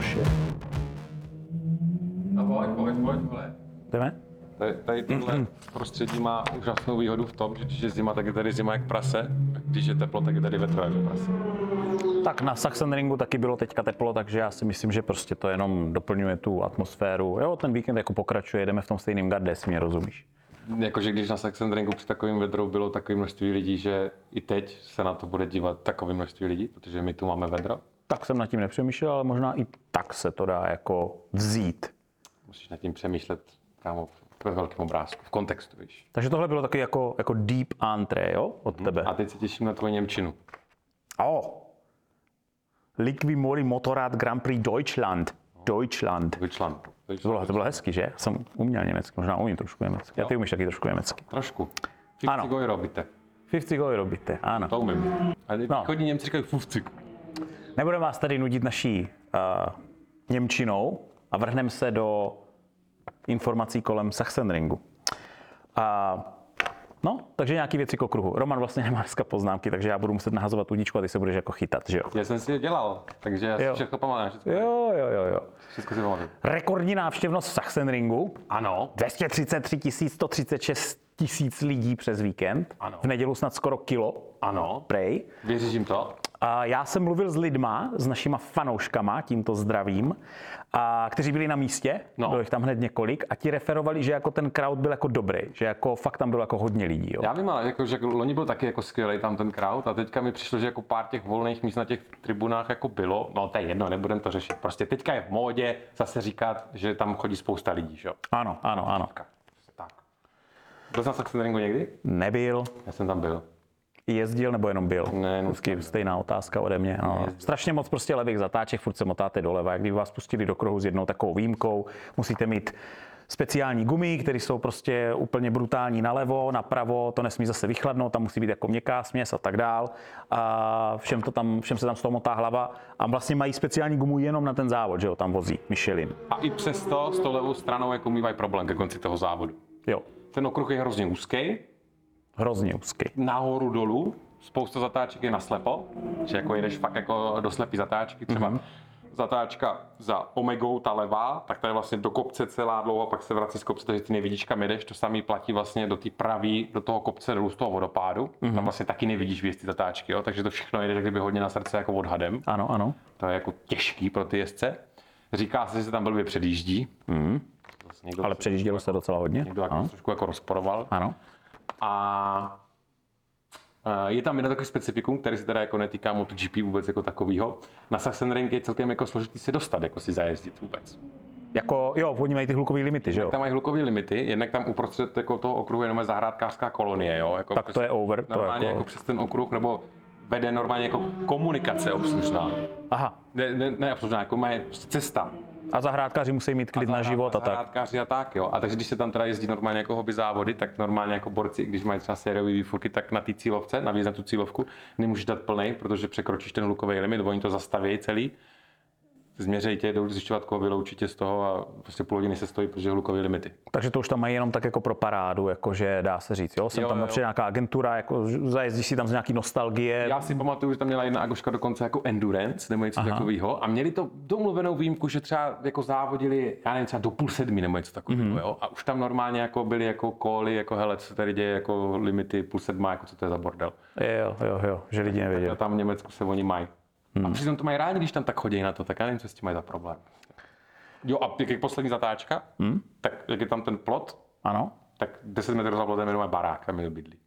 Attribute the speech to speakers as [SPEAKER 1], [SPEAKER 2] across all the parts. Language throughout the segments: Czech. [SPEAKER 1] shit.
[SPEAKER 2] A pojď, pojď, pojď, vole.
[SPEAKER 1] Jdeme?
[SPEAKER 2] Tady, tady tohle prostředí má úžasnou výhodu v tom, že když je zima, tak je tady zima jak prase, a když je teplo, tak je tady vetro jak prase.
[SPEAKER 1] Tak na Saxon Ringu taky bylo teďka teplo, takže já si myslím, že prostě to jenom doplňuje tu atmosféru. Jo, ten víkend jako pokračuje, jdeme v tom stejném garde, jestli mě rozumíš.
[SPEAKER 2] Jakože když na Saxon Ringu při takovým vedru bylo takové množství lidí, že i teď se na to bude dívat takové množství lidí, protože my tu máme vedro.
[SPEAKER 1] Tak jsem nad tím nepřemýšlel, ale možná i tak se to dá jako vzít.
[SPEAKER 2] Musíš nad tím přemýšlet kámo ve velkém obrázku, v kontextu, víš.
[SPEAKER 1] Takže tohle bylo taky jako, jako deep antré, jo, od tebe.
[SPEAKER 2] A teď se těším na tvoji Němčinu.
[SPEAKER 1] Mm. O! Liqui Mori Motorrad Grand Prix Deutschland. Deutschland.
[SPEAKER 2] Vyčlan.
[SPEAKER 1] To bylo, to bylo hezky, že? Jsem uměl německy, možná umím trošku německy. Já ty umíš taky trošku německy.
[SPEAKER 2] Trošku.
[SPEAKER 1] Ano.
[SPEAKER 2] Fifty robíte.
[SPEAKER 1] 50 goly robíte, ano.
[SPEAKER 2] To umím. A teď
[SPEAKER 1] No.
[SPEAKER 2] no. chodí Němci říkají fufcik.
[SPEAKER 1] Nebudeme vás tady nudit naší uh, Němčinou a vrhneme se do informací kolem Sachsenringu. A no, takže nějaký věci k okruhu. Roman vlastně nemá dneska poznámky, takže já budu muset nahazovat udičku a ty se budeš jako chytat, že jo?
[SPEAKER 2] Já jsem si je dělal, takže já si
[SPEAKER 1] Jo.
[SPEAKER 2] všechno pamatuju. Všechno,
[SPEAKER 1] Jo, jo, jo, jo.
[SPEAKER 2] všechno si pamatuju.
[SPEAKER 1] Rekordní návštěvnost v Sachsenringu.
[SPEAKER 2] Ano.
[SPEAKER 1] 233 136 tisíc lidí přes víkend.
[SPEAKER 2] Ano.
[SPEAKER 1] V neděli snad skoro kilo,
[SPEAKER 2] Ano.
[SPEAKER 1] prej.
[SPEAKER 2] Věříš jim to?
[SPEAKER 1] A já jsem mluvil s lidma, s našima fanouškama, tímto zdravím, a kteří byli na místě, no.
[SPEAKER 2] No.
[SPEAKER 1] bylo jich tam hned několik, a ti referovali, že jako ten crowd byl jako dobrý, že jako fakt tam bylo jako hodně lidí. Jo.
[SPEAKER 2] Já vím, ale jako, že loni byl taky jako skvělý tam ten crowd a teďka mi přišlo, že jako pár těch volných míst na těch tribunách jako bylo. No to je jedno, nebudem to řešit. Prostě teďka je v módě zase říkat, že tam chodí spousta lidí, že jo?
[SPEAKER 1] Ano, ano, ano.
[SPEAKER 2] Tak. tak. Byl jsi na Saxon Ringu někdy?
[SPEAKER 1] Nebyl,
[SPEAKER 2] Já jsem tam byl.
[SPEAKER 1] jezdil nebo jenom byl?
[SPEAKER 2] Ne, jenom
[SPEAKER 1] Vždycky stejná otázka ode mě. No. Strašně moc prostě levých zatáček, furt se motáte doleva. Kdyby vás pustili do kruhu s jednou takovou výjimkou, musíte mít speciální gumy, které jsou prostě úplně brutální nalevo, napravo, to nesmí zase vychladnout, tam musí být jako měkká směs a tak dál. A všem, to tam, všem se tam z toho motá hlava a vlastně mají speciální gumu jenom na ten závod, že jo, tam vozí Michelin.
[SPEAKER 2] A i přesto s tou levou stranou jako mývají problém ke konci toho závodu.
[SPEAKER 1] Jo,
[SPEAKER 2] Ten okruh je hrozně úzký,
[SPEAKER 1] hrozně úzky.
[SPEAKER 2] nahoru dolů, spousta zatáček je na slepo, že jako jedeš fakt jako do slepý zatáčky, třeba mm-hmm. zatáčka za omegou, ta levá, tak ta je vlastně do kopce celá dlouho, pak se vrací z kopce, takže ty nevidíš kam jedeš, to samý platí vlastně do té pravý, do toho kopce dolů z toho vodopádu, mm-hmm. tam vlastně taky nevidíš věc ty zatáčky, jo? takže to všechno jede jak kdyby hodně na srdce jako odhadem,
[SPEAKER 1] Ano, ano.
[SPEAKER 2] to je jako těžký pro ty jezdce. Říká se, že se tam blbě předjíždí,
[SPEAKER 1] Mm.
[SPEAKER 2] Zase někdo,
[SPEAKER 1] Ale předjíždělo se docela hodně.
[SPEAKER 2] Mhm. někdo jako
[SPEAKER 1] Ano.
[SPEAKER 2] trošku jako rozporoval,
[SPEAKER 1] ano.
[SPEAKER 2] a a je tam jedno takové specifikum, které se teda jako netýká MotoGP vůbec jako takového. Na Sachsenring je celkem jako složitý se dostat, jako si zajezdit vůbec.
[SPEAKER 1] Jako, jo, oni mají ty hlukové limity, že jo?
[SPEAKER 2] Tam mají hlukové limity, jednak tam uprostřed jako toho okruhu je jenom zahrádkářská kolonie, jo? Jako
[SPEAKER 1] Tak to je over, to
[SPEAKER 2] Normálně
[SPEAKER 1] jako-
[SPEAKER 2] jako... jako... přes ten okruh, nebo vede normálně jako komunikace obslužná.
[SPEAKER 1] Aha,
[SPEAKER 2] Ne, ne, ne obslužná, jako má cesta.
[SPEAKER 1] A zahrádkáři musí mít klid na život a tak.
[SPEAKER 2] Zahrádkáři a tak, jo. A takže když se tam teda jezdí normálně jako hobby závody, tak normálně jako borci, když mají třeba sériový výfurky, tak na té cílovce, navíc na tu cílovku, nemůžeš dát plnej, protože překročíš ten hlukový limit, oni to zastaví celý. Změřej tě, jdou zjišťovat, koho vyloučí tě z toho a prostě půl hodiny se stojí, protože hlukový limity.
[SPEAKER 1] Takže to už tam mají jenom tak jako pro parádu, jakože dá se říct. Jo, jsem
[SPEAKER 2] Jo,
[SPEAKER 1] tam
[SPEAKER 2] jo,
[SPEAKER 1] například
[SPEAKER 2] jo.
[SPEAKER 1] nějaká agentura, jako ž- zajezdíš si tam z nějaký nostalgie.
[SPEAKER 2] Já si pamatuju, že tam měla jedna Agoška dokonce jako endurance nebo něco takového a měli to domluvenou výjimku, že třeba jako závodili, já nevím, třeba do půl sedmi nebo něco takového, mm. jo? A už tam normálně jako byly jako koly, jako hele, co se tady děje, jako limity půl sedma, jako co to je za bordel.
[SPEAKER 1] Jo, jo, jo, že lidi
[SPEAKER 2] A
[SPEAKER 1] nevěděli.
[SPEAKER 2] tam v Německu se oni mají. A přitom to mají rádi, když tam tak chodí na to, tak já nevím, co s tím mají za problém. Jo, a jak je poslední zatáčka, tak jak je tam ten plot,
[SPEAKER 1] Ano?
[SPEAKER 2] tak 10 metrů za plotem jenom je barák, kam je bydlí.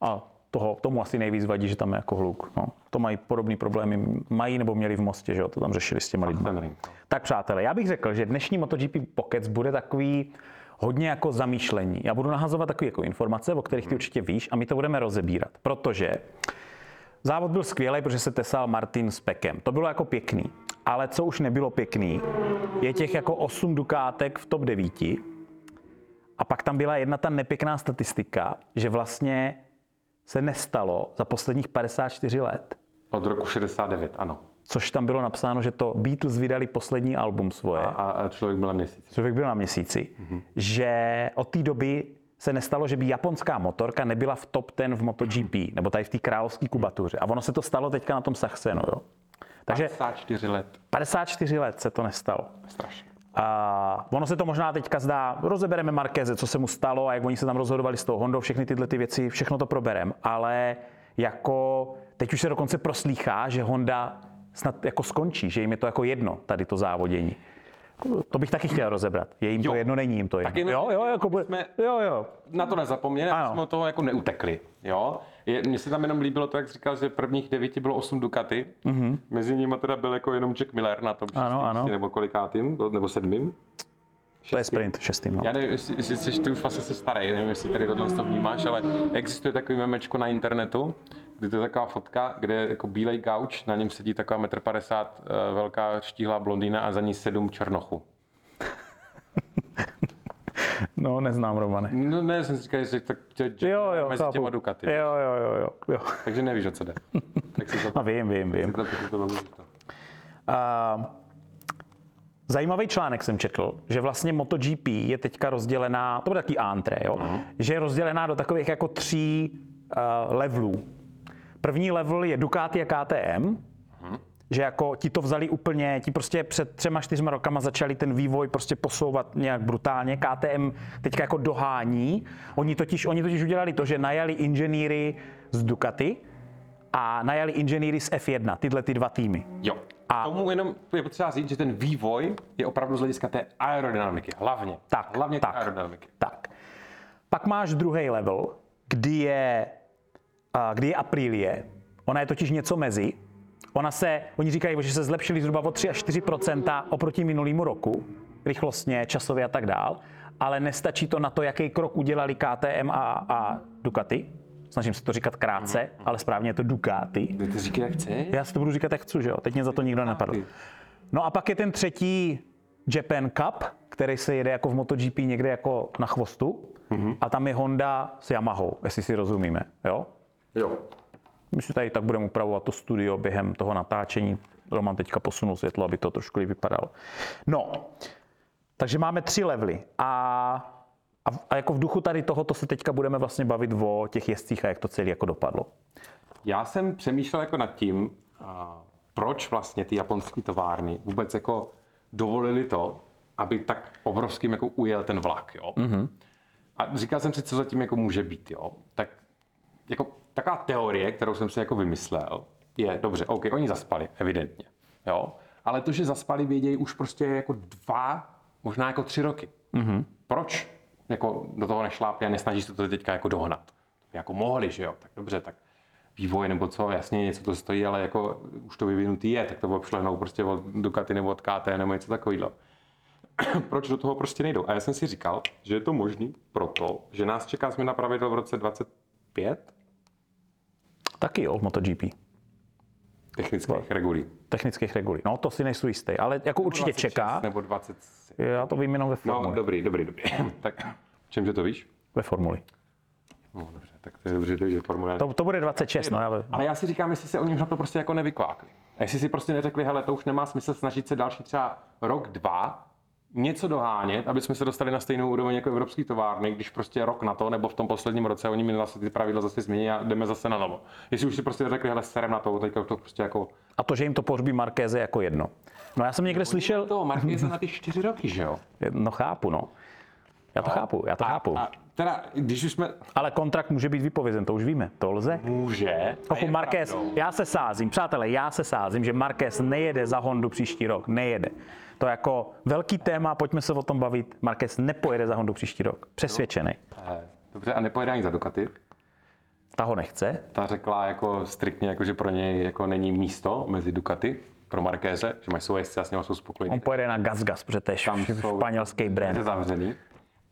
[SPEAKER 1] A toho, tomu asi nejvíc vadí, že tam je jako hluk. No. To mají podobné problémy, mají nebo měli v Mostě, že jo, to tam řešili s těma lidmi.
[SPEAKER 2] Ten ring.
[SPEAKER 1] Tak přátelé, já bych řekl, že dnešní MotoGP Pockets bude takový hodně jako zamýšlení. Já budu nahazovat takové jako informace, o kterých ty určitě víš a my to budeme rozebírat, protože závod byl skvělý, protože se tesal Martin s Pekem. To bylo jako pěkný, ale co už nebylo pěkný, je těch jako 8 dukátek v top 9 a pak tam byla jedna ta nepěkná statistika, že vlastně se nestalo za posledních 54 let,
[SPEAKER 2] Od roku 69, ano.
[SPEAKER 1] což tam bylo napsáno, že to Beatles vydali poslední album svoje.
[SPEAKER 2] A, a člověk byl na měsíci.
[SPEAKER 1] člověk byl na měsíci, mm-hmm. že od té doby se nestalo, že by japonská motorka nebyla v top 10 v MotoGP, nebo tady v té královské kubatuře. A ono se to stalo teďka na tom Sachsenu, jo? Takže
[SPEAKER 2] 54 let,
[SPEAKER 1] 54 let se to nestalo.
[SPEAKER 2] strašně.
[SPEAKER 1] A ono se to možná teďka zdá, rozebereme Markéze, co se mu stalo a jak oni se tam rozhodovali s tou Hondou, všechny tyhle ty věci, všechno to proberem, ale jako teď už se dokonce proslýchá, že Honda snad jako skončí, že jim je to jako jedno, tady to závodění. To bych taky chtěl rozebrat. Je jim jo. to
[SPEAKER 2] Jo.
[SPEAKER 1] jedno, není jim to jedno.
[SPEAKER 2] jenom-
[SPEAKER 1] jo, jo, jako bude,
[SPEAKER 2] jsme-
[SPEAKER 1] jo, jo.
[SPEAKER 2] na to nezapomněli,
[SPEAKER 1] Ano.
[SPEAKER 2] ano. jsme od toho jako neutekli. Jo? Je, mně se tam jenom líbilo to, jak jsi říkal, že v prvních devíti bylo osm Ducati. Mm-hmm. Mezi nimi teda byl jako jenom Jack Miller na tom šestém
[SPEAKER 1] Mhm. ano.
[SPEAKER 2] místě, nebo kolikátým, nebo sedmým.
[SPEAKER 1] To je sprint šestý. No.
[SPEAKER 2] Já nevím, jestli, jestli jsi, ty už vlastně jsi starý, nevím, jestli tady tohle to vnímáš, ale existuje takový memečko na internetu, kdy to je taková fotka, kde je jako bílej gauč, na něm sedí taková 1,50 m velká štíhlá blondýna a za ní sedm černochů.
[SPEAKER 1] no, neznám Romane.
[SPEAKER 2] No ne, jsem si říkal, že tak tě,
[SPEAKER 1] Jo, jo,
[SPEAKER 2] mezi
[SPEAKER 1] chápu.
[SPEAKER 2] těma Ducati.
[SPEAKER 1] Jo, jo, jo, jo. jo.
[SPEAKER 2] Takže nevíš, o co jde. Tak si to
[SPEAKER 1] A vím, vím, vím.
[SPEAKER 2] Takhle to- to bylo to.
[SPEAKER 1] A Eh, zajímavý článek jsem četl, že vlastně MotoGP je teďka rozdělená, to bude taky antré, jo? že je rozdělená do takových jako tří uh, levelů. První level je Ducati a KTM, že jako ti to vzali úplně, ti prostě před třema, čtyřma rokama začali ten vývoj prostě posouvat nějak brutálně. KTM teďka jako dohání. Oni totiž, oni totiž udělali to, že najali inženýry z Ducati a najali inženýry z F1, tyhle ty dva týmy.
[SPEAKER 2] Jo.
[SPEAKER 1] A-
[SPEAKER 2] A tomu jenom je potřeba říct, že ten vývoj je opravdu z hlediska té aerodynamiky. Hlavně.
[SPEAKER 1] Tak,
[SPEAKER 2] Hlavně
[SPEAKER 1] tak.
[SPEAKER 2] té aerodynamiky.
[SPEAKER 1] Tak. Pak máš druhý level, kdy je, a, kdy je Aprilie. Ona je totiž něco mezi. Ona se, oni říkají, že se zlepšili zhruba o 3 až 4 oproti minulýmu roku, rychlostně, časově a tak dál, ale nestačí to na to, jaký krok udělali KTM a, a Ducati. Snažím se to říkat krátce, ale správně je to Ducati.
[SPEAKER 2] Ty to říkej, jak chceš.
[SPEAKER 1] Já si to budu říkat, jak chci, že jo? Teď mě za to nikdo nenapadl. No a pak je ten třetí Japan Cup, který se jede jako v MotoGP někde jako na chvostu. A tam je Honda s Yamahou, jestli si rozumíme, jo?
[SPEAKER 2] Jo.
[SPEAKER 1] My si tady tak budeme upravovat to studio během toho natáčení. Roman teďka posunul světlo, aby to trošku líp vypadalo. No, takže máme tři levely a, a, a jako v duchu tady tohoto se teďka budeme vlastně bavit o těch jezdcích a jak to celé jako dopadlo.
[SPEAKER 2] Já jsem přemýšlel jako nad tím, a proč vlastně ty japonské továrny vůbec jako dovolili to, aby tak obrovským jako ujel ten vlak, jo.
[SPEAKER 1] Mhm.
[SPEAKER 2] Mm-hmm. A říkal jsem si, co zatím jako může být, jo. Tak jako taková teorie, kterou jsem si jako vymyslel, je, dobře, OK, oni zaspali, evidentně, jo. Ale to, že zaspali, vědějí už prostě jako dva, možná jako tři roky. Mm-hmm. Proč jako do toho nešlápli a nesnaží se to teďka jako dohnat? Jako mohli, že jo, tak dobře, tak vývoj nebo co, jasně něco to stojí, ale jako už to vyvinutý je, tak to obšlenou prostě od Ducati nebo od KT nebo něco takového proč do toho prostě nejdou. A já jsem si říkal, že je to možný proto, že nás čeká změna pravidel v roce 25
[SPEAKER 1] Taky jo, v MotoGP. No.
[SPEAKER 2] technických regulí.
[SPEAKER 1] technických regulí. No, to si nejsou jistý, ale jako určitě
[SPEAKER 2] 26
[SPEAKER 1] čeká.
[SPEAKER 2] Nebo 27.
[SPEAKER 1] Já to vím jenom ve
[SPEAKER 2] No,
[SPEAKER 1] formuli.
[SPEAKER 2] dobrý, dobrý, dobrý. tak čemže to víš?
[SPEAKER 1] Ve formuli.
[SPEAKER 2] No, dobře, tak to je dobře, to je, že formule.
[SPEAKER 1] To, to bude 26, no, ale
[SPEAKER 2] Ale já si říkám, jestli se oni už na to prostě jako nevykvákli. A jestli si prostě neřekli, hele, to už nemá smysl snažit se další třeba rok, dva něco dohánět, aby jsme se dostali na stejnou úroveň jako evropský továrny, když prostě rok na to, nebo v tom posledním roce oni mi zase ty pravidla zase změní a jdeme zase na novo. Jestli už si prostě řekli, hele, serem na to, teďka už to prostě jako...
[SPEAKER 1] a to, že jim to pohřbí Markéze jako jedno. No já jsem někde slyšel,
[SPEAKER 2] To, Markéza na ty čtyři roky, že jo?
[SPEAKER 1] no chápu, no. Já to chápu, já to chápu.
[SPEAKER 2] A teda, když už jsme...
[SPEAKER 1] Ale kontrakt může být vypovězen, to už víme, to lze.
[SPEAKER 2] Může. a
[SPEAKER 1] Jako
[SPEAKER 2] je no.
[SPEAKER 1] Marquez,
[SPEAKER 2] pravdou.
[SPEAKER 1] já se sázím, přátelé, já se sázím, že Marquez nejede za Hondu příští rok, nejede. To je jako velký téma, pojďme se o tom bavit. Marquez nepojede za Hondu příští rok, přesvědčený.
[SPEAKER 2] Eh, Dobře, a nepojede ani za Ducati.
[SPEAKER 1] Ta ho nechce,
[SPEAKER 2] ta řekla jako striktně, jako, že pro něj jako není místo mezi Ducati, pro Markéze, že mají svoje jezdce a s něma jsou spokojení.
[SPEAKER 1] on pojede na Gazgas, protože to je
[SPEAKER 2] Tam
[SPEAKER 1] š-
[SPEAKER 2] jsou-
[SPEAKER 1] španělský brand.
[SPEAKER 2] Je zavřený.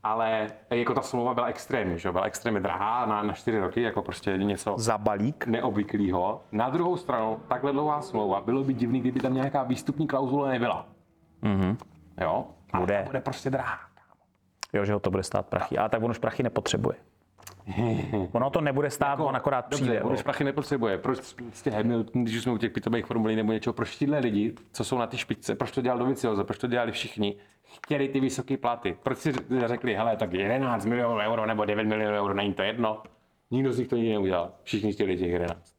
[SPEAKER 2] Ale jako ta smlouva byla extrémně, že jo, byla extrémně drahá na, na čtyři roky, jako prostě něco
[SPEAKER 1] za balík.
[SPEAKER 2] neobvyklého. Na druhou stranu, takhle dlouhá smlouva, bylo by divný, kdyby tam nějaká výstupní klauzule nebyla.
[SPEAKER 1] Mhm.
[SPEAKER 2] Mm-hmm. Jo? Ale
[SPEAKER 1] Bude.
[SPEAKER 2] ta bude prostě drahá.
[SPEAKER 1] Jo, že ho to bude stát prachy. Ale tak on už prachy nepotřebuje. Ono to nebude stát, Jako on akorát přijde.
[SPEAKER 2] Jako-
[SPEAKER 1] no.
[SPEAKER 2] Dobře, on už prachy nepotřebuje. Proč prostě Hamilton, když už jsme u těch pitových formulí nebo něčeho, proč tyhle lidi, co jsou na ty špičce, proč to dělal Dovicioza, proč to dělali všichni, chtěli ty vysoké platy. Proč si řekli, hele, tak 11 milionů euro nebo 9 milionů euro, není to jedno. Nikdo z nich to nikdy neudělal. Všichni chtěli těch 11.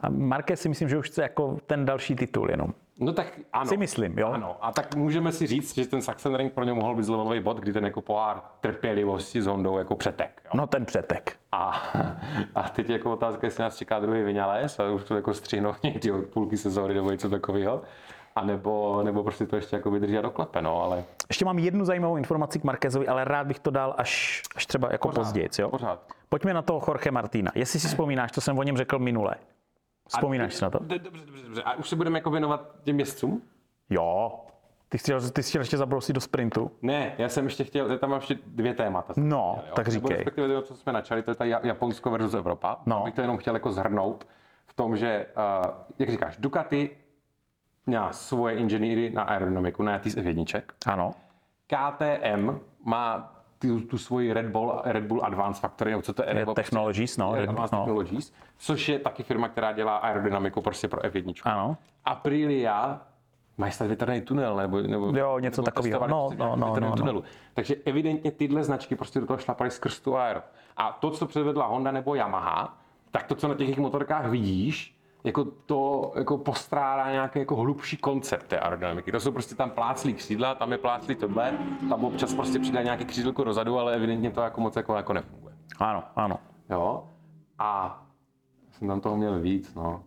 [SPEAKER 1] A Marquez si myslím, že už chce jako ten další titul jenom.
[SPEAKER 2] No tak ano.
[SPEAKER 1] Si myslím, jo?
[SPEAKER 2] Ano, a tak můžeme si říct, že ten Saxon Ring pro ně mohl být zlomový bod, kdy ten jako pohár trpělivosti s Hondou jako přetek. Jo?
[SPEAKER 1] No ten přetek.
[SPEAKER 2] A, a teď jako otázka, jestli nás čeká druhý vynález a už to jako střihnou někdy od půlky sezóny nebo něco takového. A nebo, nebo prostě to ještě jako vydrží a doklepe, no, ale
[SPEAKER 1] Ještě mám jednu zajímavou informaci k Marquezovi, ale rád bych to dal až, až třeba jako později. Jo?
[SPEAKER 2] pořád.
[SPEAKER 1] Pojďme na toho Jorge Martina. Jestli si vzpomínáš, co jsem o něm řekl minule. Vzpomínáš si na to?
[SPEAKER 2] D- Dobře, dobře, dobře. A už se budeme jako věnovat těm jezdcům?
[SPEAKER 1] Jo. Ty jsi, chtěl, ty jsi chtěl ještě zabrousit do sprintu.
[SPEAKER 2] Ne, já jsem ještě chtěl, já tam mám ještě dvě témata.
[SPEAKER 1] No,
[SPEAKER 2] chtěl, jo.
[SPEAKER 1] tak
[SPEAKER 2] Nebo
[SPEAKER 1] říkej.
[SPEAKER 2] Respektive to, co jsme načali, to je ta Ja- Japonsko versus Evropa.
[SPEAKER 1] No.
[SPEAKER 2] Já Bych to jenom chtěl jako zhrnout v tom, že, uh, jak říkáš, Ducati měla svoje inženýry na aerodynamiku, na tý F1.
[SPEAKER 1] Ano.
[SPEAKER 2] KTM má tu, tu svoji Red Bull, Red Bull Advanced Factory, nebo co to je?
[SPEAKER 1] Je
[SPEAKER 2] nebo
[SPEAKER 1] Eh, Technologies, no.
[SPEAKER 2] prostě
[SPEAKER 1] Red Bull,
[SPEAKER 2] Advanced
[SPEAKER 1] no.
[SPEAKER 2] Technologies, což je taky firma, která dělá aerodynamiku prostě pro F1.
[SPEAKER 1] Ano.
[SPEAKER 2] Aprilia mají snad větrný tunel, nebo, nebo
[SPEAKER 1] Jo, něco
[SPEAKER 2] nebo
[SPEAKER 1] takového.
[SPEAKER 2] testovali
[SPEAKER 1] No,
[SPEAKER 2] prostě v
[SPEAKER 1] no,
[SPEAKER 2] nějakém
[SPEAKER 1] no,
[SPEAKER 2] větrném
[SPEAKER 1] no, no.
[SPEAKER 2] tunelu. Takže evidentně tyhle značky prostě do toho šlapaly skrz tu aero. A to, co předvedla Honda nebo Yamaha, tak to, co na těch jejich motorkách vidíš, jako to jako postrádá nějaký jako hlubší koncept té aerodynamiky. To jsou prostě tam pláclí křídla, tam je pláclí tohle, tam občas prostě přidá nějaký křídlko dozadu, ale evidentně to jako moc jako, jako nefunguje.
[SPEAKER 1] Ano, ano.
[SPEAKER 2] Jo? A jsem tam toho měl víc, no.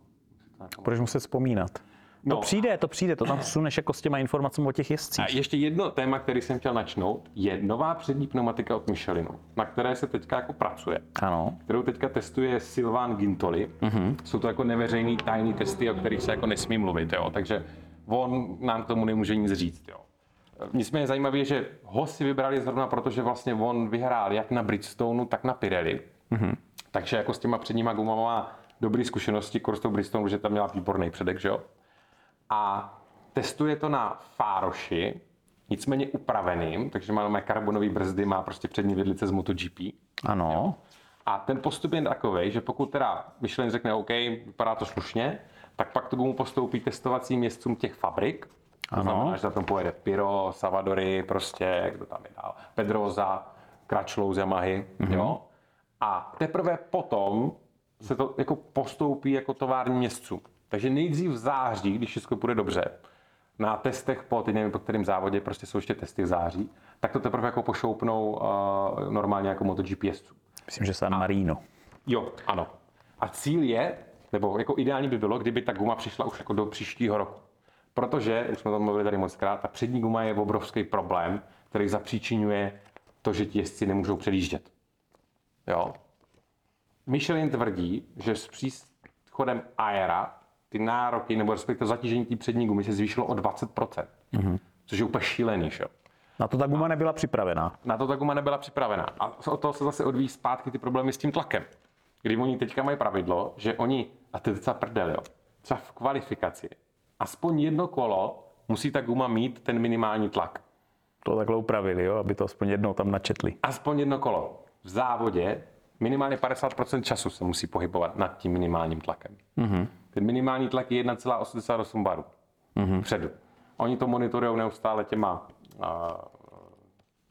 [SPEAKER 1] Budeš muset vzpomínat.
[SPEAKER 2] No,
[SPEAKER 1] To přijde, to přijde, to tam suneš jako s těma informacemi o těch jezdcích.
[SPEAKER 2] A ještě jedno téma, který jsem chtěl načnout, je nová přední pneumatika od Michelinu, na které se teďka jako pracuje,
[SPEAKER 1] Ano.
[SPEAKER 2] kterou teďka testuje Silván Gintoli. Mm-hmm. Jsou to jako neveřejný tajný testy, o kterých se jako nesmí mluvit, jo. takže on nám k tomu nemůže nic říct. Jo. Nicméně zajímavé je, že ho si vybrali zrovna proto, že vlastně on vyhrál jak na Bridgestoneu, tak na Pirelli. Mm-hmm. Takže jako s těma předníma gumama má dobré zkušenosti, kurz tou Bridgestone, že tam měla výborný předek, že jo a testuje to na Fároši, nicméně upraveným, takže má, má karbonové brzdy, má prostě přední vidlice z MotoGP.
[SPEAKER 1] Ano.
[SPEAKER 2] A ten postup je takový, že pokud teda Michelin řekne OK, vypadá to slušně, tak pak to mu postoupí testovacím městcům těch fabrik. To
[SPEAKER 1] Ano.
[SPEAKER 2] znamená, že za tom pojede Piro, Savadory, prostě, kdo tam je dál, Pedroza, Kračlou z Yamahy, mm-hmm. jo. A teprve potom se to jako postoupí jako tovární městcům. Takže nejdřív v září, když všechno půjde dobře, na testech po, teď nevím, po kterém závodě, prostě jsou ještě testy v září, tak to teprve jako pošoupnou uh, normálně jako MotoGP jezdců.
[SPEAKER 1] Myslím, že San Marino.
[SPEAKER 2] Jo, ano. A cíl je, nebo jako ideální by bylo, kdyby ta guma přišla už jako do příštího roku. Protože, už jsme o tom mluvili tady moc krát, ta přední guma je obrovský problém, který zapříčinuje to, že ti jezdci nemůžou předjíždět. Jo. Michelin tvrdí, že s příchodem Aera ty nároky, nebo respektive zatížení té přední gumy se zvýšilo o 20%. Mm-hmm. Což je úplně šílený, že? jo.
[SPEAKER 1] Na to ta guma nebyla připravená.
[SPEAKER 2] Na to ta guma nebyla připravená. A od toho se zase odvíjí zpátky ty problémy s tím tlakem. Kdy oni teďka mají pravidlo, že oni, a to je docela prdel, jo, třeba v kvalifikaci, aspoň jedno kolo musí ta guma mít ten minimální tlak.
[SPEAKER 1] To takhle upravili, jo, aby to aspoň jednou tam načetli.
[SPEAKER 2] Aspoň jedno kolo. V závodě minimálně 50% času se musí pohybovat nad tím minimálním tlakem. Mm-hmm. Ten minimální tlak je 1,88 barů. Mm-hmm. Předu. Oni to monitorují neustále těma a,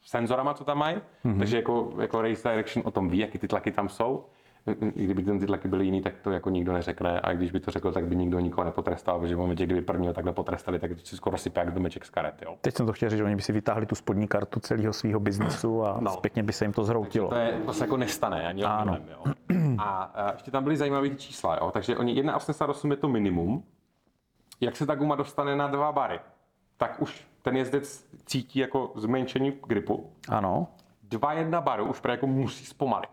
[SPEAKER 2] senzorama, co tam mají, mm-hmm. takže jako, jako Race Direction o tom ví, jaký ty tlaky tam jsou. I kdyby ten ty tlaky byly jiný, tak to jako nikdo neřekne. A když by to řekl, tak by nikdo nikoho nepotrestal, protože v momentě, kdyby prvního takhle potrestali, tak to si skoro sype jak domeček z karet. Jo.
[SPEAKER 1] Teď jsem to chtěl říct, že oni by si vytáhli tu spodní kartu celého svého biznesu a
[SPEAKER 2] No.
[SPEAKER 1] no. pěkně by se jim to zhroutilo.
[SPEAKER 2] To, je, to se jako nestane ani ano. Jo. A eh, ještě tam byly zajímavé čísla, jo. takže oni 1,88 je to minimum. Jak se ta guma dostane na dva bary, tak už ten jezdec cítí jako zmenšení gripu.
[SPEAKER 1] Ano.
[SPEAKER 2] 2,1 baru už právě jako musí zpomalit.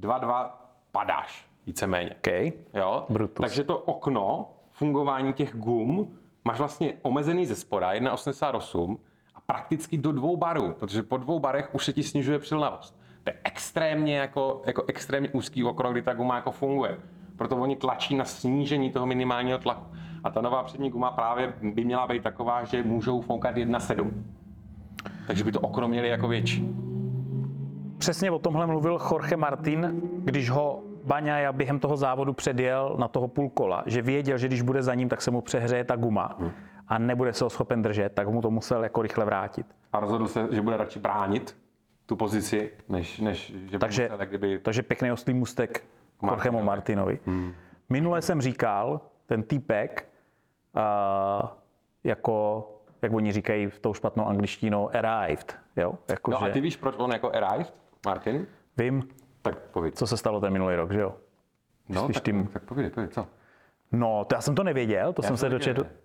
[SPEAKER 2] 2,2 padáš, víceméně.
[SPEAKER 1] OK.
[SPEAKER 2] Jo?
[SPEAKER 1] Brutus.
[SPEAKER 2] Takže to okno fungování těch gum máš vlastně omezený ze spoda 1,88 a prakticky do dvou barů, protože po dvou barech už se ti snižuje přilnavost. To je extrémně, jako, jako extrémně úzký okno, kdy ta guma jako funguje. Proto oni tlačí na snížení toho minimálního tlaku. A ta nová přední guma právě by měla být taková, že můžou foukat 1,7. Takže by to okno měli jako větší.
[SPEAKER 1] Přesně o tomhle mluvil Jorge Martin, když ho Baňaja během toho závodu předjel na toho půl kola, že věděl, že když bude za ním, tak se mu přehřeje ta guma a nebude se ho schopen držet, tak mu to musel jako rychle vrátit.
[SPEAKER 2] A rozhodl se, že bude radši bránit tu pozici, než, než že by
[SPEAKER 1] Takže,
[SPEAKER 2] musel, jak kdyby
[SPEAKER 1] takže pěkný oslý mustek Jorgemu Martinovi. Minule jsem říkal, ten týpek, uh, jako, jak oni říkají v tou špatnou angličtinou, arrived, jo? Jako,
[SPEAKER 2] No
[SPEAKER 1] no
[SPEAKER 2] a
[SPEAKER 1] že
[SPEAKER 2] ty víš, proč on jako arrived, Martin?
[SPEAKER 1] Vím,
[SPEAKER 2] Tak pověď.
[SPEAKER 1] co se stalo ten minulý rok, že jo?
[SPEAKER 2] No,
[SPEAKER 1] Myslíš
[SPEAKER 2] tak,
[SPEAKER 1] tím-
[SPEAKER 2] tak pověď, pověď, co?
[SPEAKER 1] No, to já jsem to nevěděl, to já jsem
[SPEAKER 2] to
[SPEAKER 1] se
[SPEAKER 2] taky
[SPEAKER 1] dočetl,
[SPEAKER 2] nevěděl.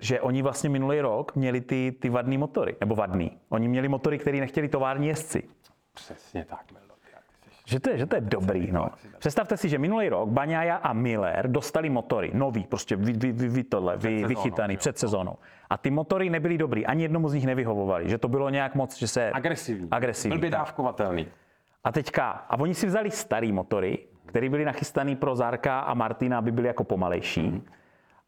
[SPEAKER 1] že oni vlastně minulý rok měli ty, ty vadný motory, nebo vadný. Oni měli motory, které nechtěli tovární jezdci.
[SPEAKER 2] Přesně tak, Milo. ty já, ty jsi-
[SPEAKER 1] Že to, je, že to je dobrý, no. Představte si, že minulý rok Baňaja a Miller dostali motory, nový, prostě vy, vy, vy, vy tohle, vy,
[SPEAKER 2] sezónou,
[SPEAKER 1] vychytaný
[SPEAKER 2] jo.
[SPEAKER 1] před sezónou. A ty motory nebyly dobrý, ani jednomu z nich nevyhovovali, že to bylo nějak moc, že se...
[SPEAKER 2] Agresivní.
[SPEAKER 1] Agresivní,
[SPEAKER 2] Blbě
[SPEAKER 1] tak.
[SPEAKER 2] dávkovatelný.
[SPEAKER 1] A teďka, a oni si vzali starý motory, které byly nachystaný pro Zarka a Martina, aby byly jako pomalejší.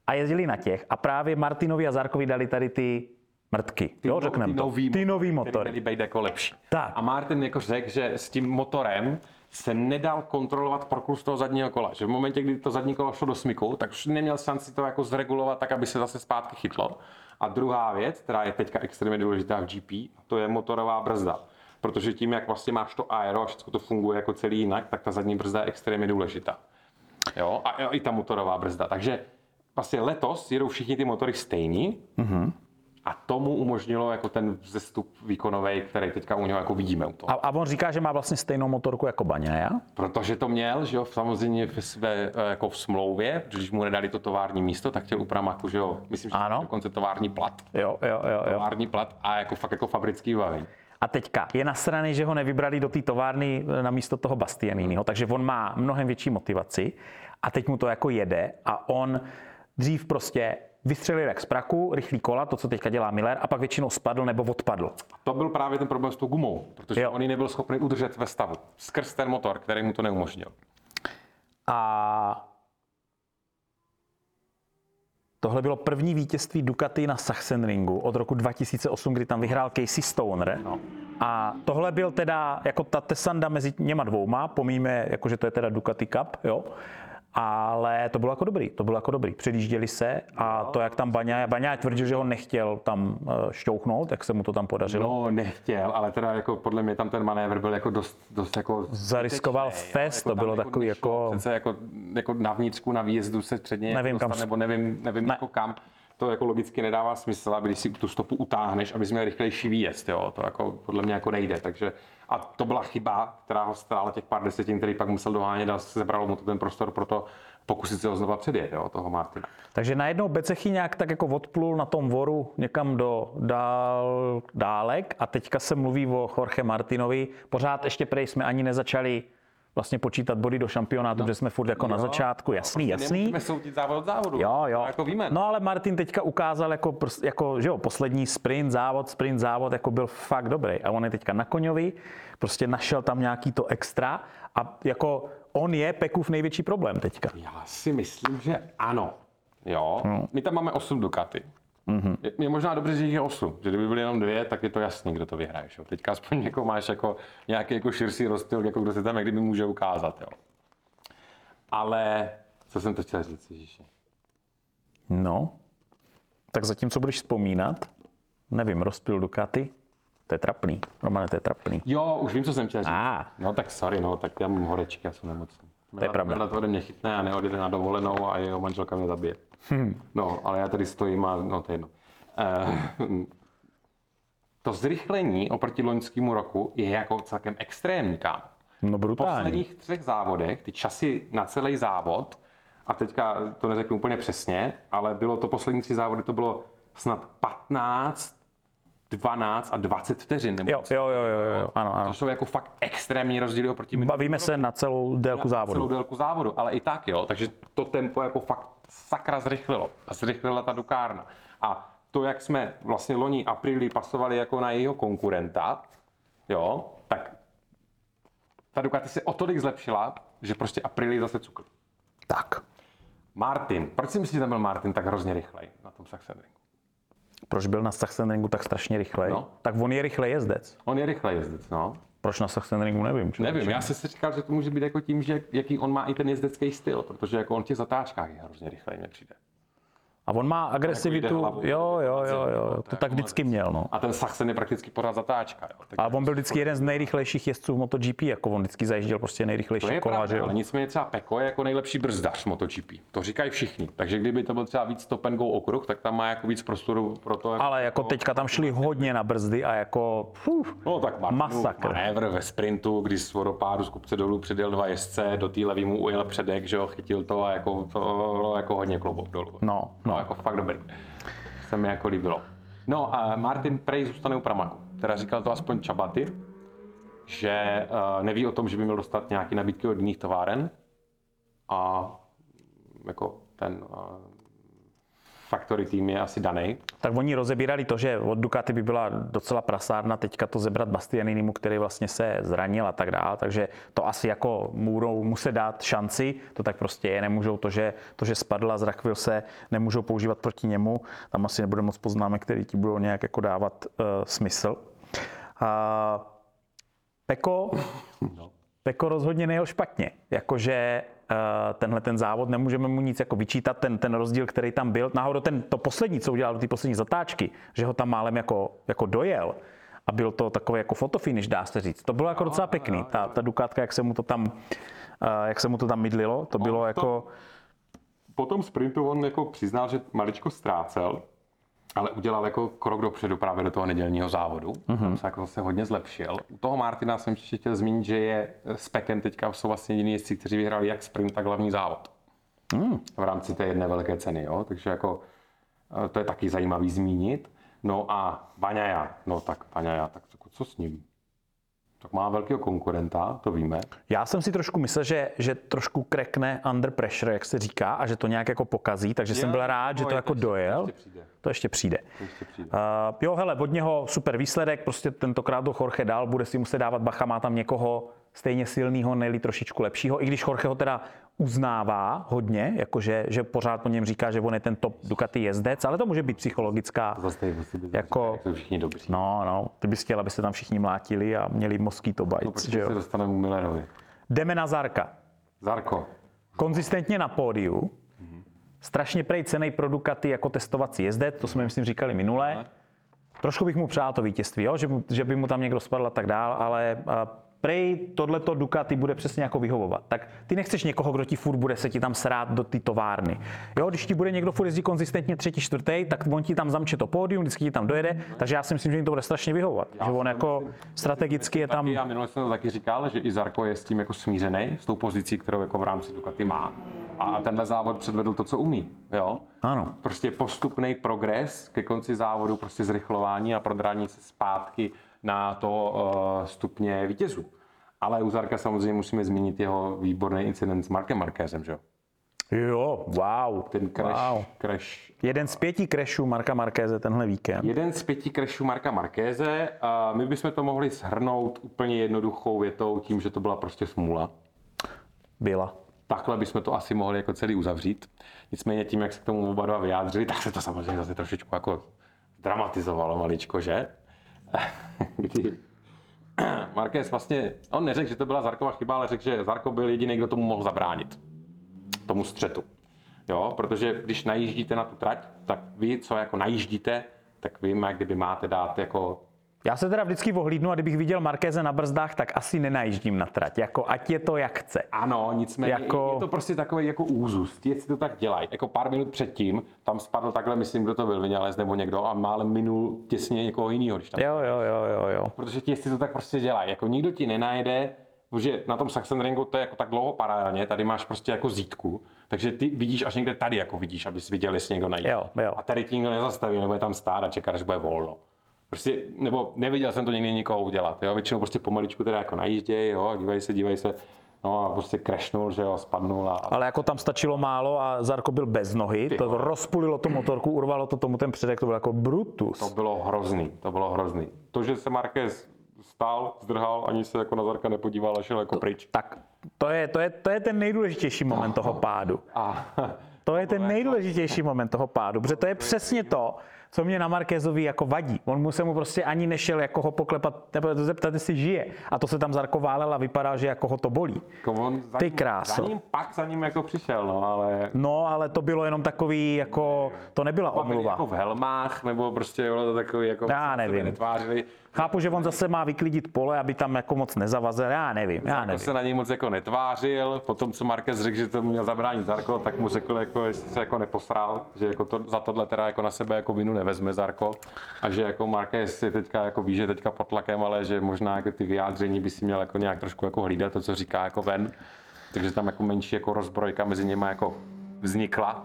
[SPEAKER 1] A jezdili na těch. A právě Martinovi a Zarkovi dali tady ty mrtky. Ty jo,
[SPEAKER 2] no-
[SPEAKER 1] řekneme
[SPEAKER 2] ty
[SPEAKER 1] to.
[SPEAKER 2] nový
[SPEAKER 1] ty nový
[SPEAKER 2] který
[SPEAKER 1] motory.
[SPEAKER 2] měly být jako lepší.
[SPEAKER 1] Tak.
[SPEAKER 2] A Martin jako řekl, že s tím motorem se nedal kontrolovat proklus toho zadního kola. Že v momentě, kdy to zadní kolo šlo do smyku, tak už neměl šanci to jako zregulovat tak, aby se zase zpátky chytlo. A druhá věc, která je teďka extrémně důležitá v GP, to je motorová brzda. Protože tím, jak vlastně máš to aero a všechno to funguje jako celý jinak, tak ta zadní brzda je extrémně důležitá. Jo, a i ta motorová brzda. Takže vlastně letos jedou všichni ty motory stejní,
[SPEAKER 1] Mhm.
[SPEAKER 2] a tomu umožnilo jako ten vzestup výkonový, který teďka u něho jako vidíme u toho.
[SPEAKER 1] A, a on říká, že má vlastně stejnou motorku jako Baňaja.
[SPEAKER 2] Protože to měl, že jo, samozřejmě ve své, eh, jako v smlouvě, protože když mu nedali to tovární místo, tak chtěl u Pramaku, že jo, myslím, že
[SPEAKER 1] Ano.
[SPEAKER 2] dokonce tovární plat.
[SPEAKER 1] Jo, jo, jo, jo.
[SPEAKER 2] Tovární plat a jako fakt jako fabrický bavení.
[SPEAKER 1] A teďka je nasraný, že ho nevybrali do té továrny eh, na místo toho Bastianiniho, takže on má mnohem větší motivaci a teď mu to jako jede a on dřív prostě vystřelil jak z praku, rychlý kola, to, co teďka dělá Miller, a pak většinou spadl nebo odpadl.
[SPEAKER 2] To byl právě ten problém s tou gumou, protože
[SPEAKER 1] Jo.
[SPEAKER 2] jo. on ji nebyl schopný udržet ve stavu skrz ten motor, který mu to neumožnil.
[SPEAKER 1] A tohle bylo první vítězství Ducati na Sachsenringu od roku 2008, kdy tam vyhrál Casey Stoner.
[SPEAKER 2] No.
[SPEAKER 1] A tohle byl teda jako ta tesanda mezi něma dvouma, pomíme, jako že to je teda Ducati Cup, jo. Ale to bylo jako dobrý, to bylo jako dobrý. Předjížděli se a to, jak tam Baňa, Baňa tvrdil, že ho nechtěl tam eh, šťouchnout, jak se mu to tam podařilo.
[SPEAKER 2] No, nechtěl, ale teda jako podle mě tam ten manévr byl jako dost, dost jako...
[SPEAKER 1] Zariskoval
[SPEAKER 2] zbytečný, jo,
[SPEAKER 1] fest, to
[SPEAKER 2] tam
[SPEAKER 1] bylo takový
[SPEAKER 2] nešlo.
[SPEAKER 1] jako-
[SPEAKER 2] Přece jako, jako na vnitřku, na výjezdu se předně jako
[SPEAKER 1] Nevím, kam
[SPEAKER 2] dostat,
[SPEAKER 1] s-
[SPEAKER 2] nebo nevím, nevím
[SPEAKER 1] Ne.
[SPEAKER 2] jako kam. To jako logicky nedává smysl, aby když si tu stopu utáhneš, abys měl rychlejší výjezd, jo. To jako podle mě jako nejde, takže... A to byla chyba, která ho stála těch pár desetin, který pak musel dohánět a zebralo mu to ten prostor pro to pokusit se ho znova předjet, jo, toho Martina.
[SPEAKER 1] Takže najednou Becechy nějak tak jako odplul na tom voru někam do dál, dálek a teďka se mluví o Jorge Martinovi. Pořád ještě prej jsme ani nezačali vlastně počítat body do šampionátu, no. že jsme furt jako na začátku, jasný, jasný.
[SPEAKER 2] Nemůžeme Prostě soudit závod od závodu.
[SPEAKER 1] Jo, jo.
[SPEAKER 2] To Jako víme.
[SPEAKER 1] No ale Martin teďka ukázal jako, prs- jako že jo, poslední sprint, závod, sprint, závod, jako byl fakt dobrý. A on je teďka na Koňovi, prostě našel tam nějaký to extra a jako on je Pekův největší problém teďka.
[SPEAKER 2] Já si myslím, že ano. Jo, my tam máme 8 Ducati. Mm-hmm. Je, je možná dobře, že jich je 8, že kdyby byly jenom dvě, tak je to jasný, kdo to vyhraje. že Jo? Teďka aspoň jako máš jako nějaký jako širší rozptyl, jako kdo se tam jak kdyby může ukázat. Jo? Ale co jsem to chtěl říct, Ježíši?
[SPEAKER 1] No, tak zatímco budeš vzpomínat, nevím, rozpil Ducati, to je trapný, Romane, to je trapný.
[SPEAKER 2] Jo, už vím, co jsem chtěl říct.
[SPEAKER 1] A,
[SPEAKER 2] No tak sorry, no, tak já mám horečky, já jsem nemocný.
[SPEAKER 1] To je pravda.
[SPEAKER 2] Mila to ode mě chytne a neodjede na dovolenou a jeho manželka mě zabije.
[SPEAKER 1] Hm.
[SPEAKER 2] Hmm. No, ale já tady stojím a no to je jedno. Eh, to zrychlení oproti loňskému roku je jako celkem extrémní, kámo.
[SPEAKER 1] No brutální.
[SPEAKER 2] posledních třech závodech, ty časy na celý závod, a teďka to neřeknu úplně přesně, ale bylo to poslední tři závody, to bylo snad 15, 12 a 20 vteřin. Nebo
[SPEAKER 1] Jo, jo, jo, jo, jo, ano, ano.
[SPEAKER 2] to jsou jako fakt extrémní rozdíly oproti minulosti.
[SPEAKER 1] Bavíme se na celou délku
[SPEAKER 2] celou
[SPEAKER 1] závodu.
[SPEAKER 2] délku závodu, ale i tak jo, takže to tempo jako fakt sakra zrychlilo. A zrychlila ta Dukárna. A to, jak jsme vlastně loni apríli pasovali jako na jejího konkurenta, jo, tak ta Ducati se o tolik zlepšila, že prostě apríli zase cukl.
[SPEAKER 1] Tak,
[SPEAKER 2] Martin, proč si myslíš, že tam byl Martin tak hrozně rychlej na tom Sachsenringu?
[SPEAKER 1] proč byl na Sachsenringu tak strašně rychlej?
[SPEAKER 2] No.
[SPEAKER 1] Tak on je rychlej jezdec.
[SPEAKER 2] On je rychlej jezdec, no.
[SPEAKER 1] Proč na Sachsenringu, nevím. člověče.
[SPEAKER 2] Nevím, já jsem si říkal, že to může být jako tím, že jaký on má i ten jezdecký styl, protože jako on v těch zatáčkách je hrozně rychlej, mně přijde.
[SPEAKER 1] A on má agresivitu,
[SPEAKER 2] hlavou,
[SPEAKER 1] jo,
[SPEAKER 2] jde
[SPEAKER 1] jo,
[SPEAKER 2] hlavou,
[SPEAKER 1] jo,
[SPEAKER 2] no,
[SPEAKER 1] jo,
[SPEAKER 2] to
[SPEAKER 1] to
[SPEAKER 2] je
[SPEAKER 1] tak
[SPEAKER 2] jako
[SPEAKER 1] vždycky
[SPEAKER 2] Marcus.
[SPEAKER 1] měl, no.
[SPEAKER 2] A ten Sachsen je prakticky pořád zatáčka. Jo. Tak
[SPEAKER 1] A on byl vždycky jeden z nejrychlejších jezdců v MotoGP, jako on vždycky zajížděl prostě
[SPEAKER 2] to
[SPEAKER 1] nejrychlejší
[SPEAKER 2] je
[SPEAKER 1] kola, že
[SPEAKER 2] pravda,
[SPEAKER 1] jo.
[SPEAKER 2] ale nicméně třeba Peko je jako nejlepší brzdař MotoGP. To říkají všichni. Takže kdyby to byl třeba víc stop and go okruh, tak tam má jako víc prostoru pro to. Jako...
[SPEAKER 1] Ale jako teďka tam šli hodně na brzdy a jako, fuh,
[SPEAKER 2] No tak Martinu
[SPEAKER 1] Masakr.
[SPEAKER 2] manévr ve sprintu, kdy z vodopádu z kupce dolů předjel dva jezdce, do té levý mu ujel předek, že jo, chytil to a jako, to, jako hodně klobouk dolů.
[SPEAKER 1] no,
[SPEAKER 2] No,
[SPEAKER 1] no.
[SPEAKER 2] jako fakt dobrý. Se mi jako líbilo. No a Martin Prej zůstane u Pramaku. Teda říkal to aspoň Čabaty, že uh, neví o tom, že by měl dostat nějaké nabídky od jiných továren. A jako ten uh, factory tým je asi daný.
[SPEAKER 1] Tak oni rozebírali to, že od Ducati by byla docela prasárna teďka to zebrat Bastianinimu, který vlastně se zranil a tak dále, takže to asi jako můžou muset dát šanci, to tak prostě je, nemůžou to, že, to, že spadla, zrakvil se, nemůžou používat proti němu, tam asi nebude moc poznámek, který ti budou nějak jako dávat uh, smysl. A Peko, Peko jako rozhodně nejel špatně. Jakože eh, tenhle ten závod, nemůžeme mu nic jako vyčítat, ten, ten rozdíl, který tam byl. Náhodou ten, to poslední, co udělal do té poslední zatáčky, že ho tam málem jako, jako dojel a byl to takový jako fotofinish, dá se říct. To bylo jako docela pěkný, ta, ta dukátka, jak se mu to tam, eh, jak se mu to tam mydlilo, to bylo jako,
[SPEAKER 2] Po tom sprintu on jako přiznal, že maličko ztrácel, ale udělal jako krok dopředu právě do toho nedělního závodu.
[SPEAKER 1] Mhm.
[SPEAKER 2] Mm-hmm. Tam se jako se hodně zlepšil. U toho Martina jsem ještě chtěl zmínit, že je s Pekem teďka jsou vlastně jediní jezdci, kteří vyhráli jak sprint, tak hlavní závod. Mm. V rámci té jedné velké ceny, jo. Takže jako eh, to je taky zajímavý zmínit. No a Baňaja, no tak Baňaja, tak co- co s ním? Tak má velkého konkurenta, to víme.
[SPEAKER 1] Já jsem si trošku myslel, že, že trošku krekne under pressure, jak se říká, a že to nějak jako pokazí, takže jsem byl rád, že to
[SPEAKER 2] Oj,
[SPEAKER 1] jako
[SPEAKER 2] ještě-
[SPEAKER 1] dojel.
[SPEAKER 2] Ještě přijde,
[SPEAKER 1] To ještě přijde.
[SPEAKER 2] to ještě přijde.
[SPEAKER 1] Uh, jo, hele, od něho super výsledek, prostě tentokrát ho Jorge dál, bude si muset dávat bacha, má tam někoho stejně silného, nejli trošičku lepšího, i když Jorge ho teda uznává hodně, jakože že pořád po něm říká, že on je ten top Ducati jezdec, ale to může být psychologická.
[SPEAKER 2] Zase tady musí být
[SPEAKER 1] Jako-
[SPEAKER 2] jako... jsou všichni dobří.
[SPEAKER 1] No, no, ty bys chtěl, aby se tam všichni mlátili a měli mosquito
[SPEAKER 2] No,
[SPEAKER 1] bites, že
[SPEAKER 2] počkej,
[SPEAKER 1] jo.
[SPEAKER 2] se dostaneme k Millerovi.
[SPEAKER 1] Jdeme na Zarka.
[SPEAKER 2] Zarko,
[SPEAKER 1] konzistentně na pódiu, strašně prej cenej pro Ducati jako testovací jezdec, to jsme myslím říkali minule. Trošku bych mu přál to vítězství, jo? Že, mu- že by mu tam někdo spadl a tak dál, ale a, prej tohleto Ducati bude přesně jako vyhovovat. Tak ty nechceš někoho, kdo ti furt bude se ti tam srát do té továrny. Jo, když ti bude někdo furt jezdit konzistentně třetí, čtvrtý, tak on ti tam zamče to pódium, vždycky ti tam dojede, takže já si myslím, že jim to bude strašně vyhovovat. že on jako strategicky je tam...
[SPEAKER 2] taky, já minule jsem to taky říkal, že i Zarko je s tím jako smířený, s tou pozicí, kterou jako v rámci Ducati má. A tenhle závod předvedl to, co umí. Jo?
[SPEAKER 1] Ano.
[SPEAKER 2] Prostě postupný progres ke konci závodu, prostě zrychlování a prodrání se zpátky na to uh, stupně vítězů. Ale u Zarka samozřejmě musíme zmínit jeho výborný incident s Markem Markézem, že jo?
[SPEAKER 1] Jo, wow.
[SPEAKER 2] Ten crash,
[SPEAKER 1] Wow.
[SPEAKER 2] crash
[SPEAKER 1] Jeden z pěti crashů Marka Markéze tenhle víkend.
[SPEAKER 2] Jeden z pěti crashů Marka Markéze. A my bychom to mohli shrnout úplně jednoduchou větou tím, že to byla prostě smůla.
[SPEAKER 1] Byla.
[SPEAKER 2] Takhle bychom to asi mohli jako celý uzavřít. Nicméně tím, jak se k tomu oba dva vyjádřili, tak se to samozřejmě zase trošičku jako dramatizovalo maličko, že? Kdy Marquez vlastně, on neřekl, že to byla Zarkova chyba, ale řekl, že Zarko byl jediný, kdo tomu mohl zabránit. Tomu střetu. Jo, protože když najíždíte na tu trať, tak vy, co jako najíždíte, tak vy jak kdyby máte dát jako
[SPEAKER 1] Já se teda vždycky ohlídnu a kdybych viděl Markéze na brzdách, tak asi nenajíždím na trať. Jako ať je to jak chce.
[SPEAKER 2] Ano, nicméně
[SPEAKER 1] Jako-
[SPEAKER 2] jako... je to prostě takový jako úzus. Ti si to tak dělají. Jako pár minut předtím tam spadl takhle, myslím, kdo to byl, Vinales nebo někdo a málem minul těsně někoho jiného, když tam.
[SPEAKER 1] Jo, jo, jo, jo, jo.
[SPEAKER 2] Protože ti si to tak prostě dělají. Jako nikdo ti nenajde, protože na tom Saxon Ringu to je jako tak dlouho paralelně, tady máš prostě jako zítku, takže ty vidíš až někde tady, jako vidíš, abys viděl, jestli někdo najde.
[SPEAKER 1] Jo, jo.
[SPEAKER 2] A tady ti nikdo nezastaví, nebo je tam stát a čeká, až bude volno. Prostě, nebo neviděl jsem to nikdy nikoho udělat, jo, většinou prostě pomaličku teda jako najížděj, jo, dívají se, dívají se, no a prostě crashnul, že jo, spadnul a...
[SPEAKER 1] Ale jako tam stačilo málo a Zarko byl bez nohy, to rozpulilo tu motorku, urvalo to tomu ten předek, to byl jako
[SPEAKER 2] To
[SPEAKER 1] Brutus.
[SPEAKER 2] bylo hrozný, to bylo hrozný. To, že se Marquez stál, zdrhal, ani se jako na Zarka nepodíval a šel jako pryč. No,
[SPEAKER 1] Tak to je, to je, to je ten nejdůležitější moment toho pádu.
[SPEAKER 2] A
[SPEAKER 1] To je ten nejdůležitější moment toho pádu, protože to je přesně to, co mě na Markézovi jako vadí. On mu se mu prostě ani nešel jako ho poklepat, nebo zeptat, jestli žije. A to se tam Zarko válel a vypadá, že jako ho to bolí.
[SPEAKER 2] Jako on za
[SPEAKER 1] Ty
[SPEAKER 2] ním,
[SPEAKER 1] kráso.
[SPEAKER 2] Za ním pak za ním jako přišel, no, ale
[SPEAKER 1] No, ale to bylo jenom takový, jako, to nebyla omluva.
[SPEAKER 2] jako v helmách, nebo prostě bylo to takový, jako
[SPEAKER 1] Já
[SPEAKER 2] se
[SPEAKER 1] nevím.
[SPEAKER 2] netvářili.
[SPEAKER 1] Chápu, že on zase má vyklidit pole, aby tam jako moc nezavazel, já nevím, já
[SPEAKER 2] Jako
[SPEAKER 1] nevím.
[SPEAKER 2] se na něj moc jako netvářil, potom co Marquez řekl, že to měl zabránit Zarko, tak mu řekl, jako, jestli se jako neposral, že jako to, za tohle teda jako na sebe jako vinu nevezme Zarko a že jako Marquez si teďka jako ví, že teďka pod tlakem, ale že možná jako ty vyjádření by si měl jako nějak trošku jako hlídat to, co říká jako ven. Takže tam jako menší jako rozbrojka mezi něma jako vznikla.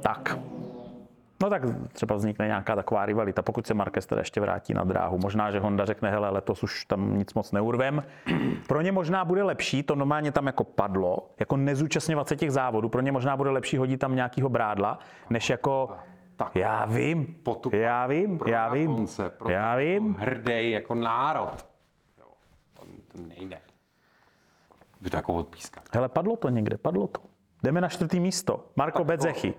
[SPEAKER 1] Tak. No tak třeba vznikne nějaká taková rivalita, pokud se Marquez teda ještě vrátí na dráhu. Možná, že Honda řekne, hele, letos už tam nic moc neurvem. Pro ně možná bude lepší, to normálně tam jako padlo, jako nezúčastňovat se těch závodů, pro ně možná bude lepší hodit tam nějakýho brádla, než jako...
[SPEAKER 2] Tak.
[SPEAKER 1] Já vím,
[SPEAKER 2] Potupa.
[SPEAKER 1] já vím, já vím,
[SPEAKER 2] Konce, pro
[SPEAKER 1] já vím.
[SPEAKER 2] hrdý jako národ. Jo, on to nejde. By to jako odpískat.
[SPEAKER 1] Hele, padlo to někde, padlo to. Jdeme na čtvrtý místo. Marko Bedzechy.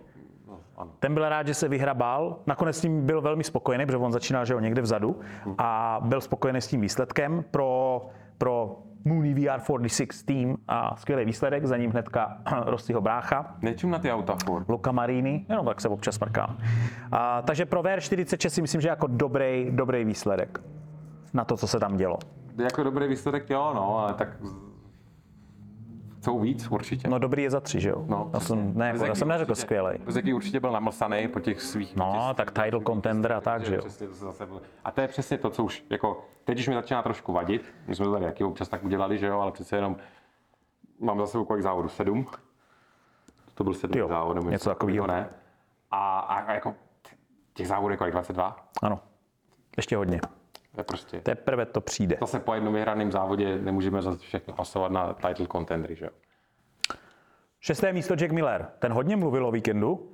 [SPEAKER 2] No, ano.
[SPEAKER 1] Ten byl rád, že se vyhrabal. Nakonec s ním byl velmi spokojený, protože on začínal, že jo, někde vzadu a byl spokojený s tím výsledkem pro, pro Mooney VR46 tým a skvělý výsledek, za ním hnedka Rostyho brácha,
[SPEAKER 2] Nečum na ty auta furt.
[SPEAKER 1] Luka Marini, jenom tak se občas mrkám. A, takže pro VR46 si myslím, že jako dobrý, dobrý výsledek na to, co se tam dělo.
[SPEAKER 2] Jako dobrý výsledek, jo, no, ale tak chcou víc určitě.
[SPEAKER 1] No dobrý je za tři, že jo?
[SPEAKER 2] No,
[SPEAKER 1] já jsem, ne, jako, já
[SPEAKER 2] jaký
[SPEAKER 1] jsem neřekl
[SPEAKER 2] určitě-
[SPEAKER 1] skvělej.
[SPEAKER 2] Bez jaký určitě byl namlsaný po těch svých
[SPEAKER 1] No, tak title contender a tak, že jo.
[SPEAKER 2] Přesně, to se zase bylo. A to je přesně to, co už, jako, teď už mi začíná trošku vadit. My jsme to tady jaký občas tak udělali, že jo, ale přece jenom mám za sebou kolik závodů? Sedm? To byl sedm
[SPEAKER 1] Jo,
[SPEAKER 2] závodů. nebo
[SPEAKER 1] něco takovýho.
[SPEAKER 2] Ne. A, a, a jako těch závodů je kolik? 22?
[SPEAKER 1] Ano, ještě hodně.
[SPEAKER 2] To je prostě...
[SPEAKER 1] Teprve to přijde.
[SPEAKER 2] Zase po jednom vyhraném závodě nemůžeme za všechny pasovat na title contendery, že jo.
[SPEAKER 1] Šesté místo Jack Miller. Ten hodně mluvil o víkendu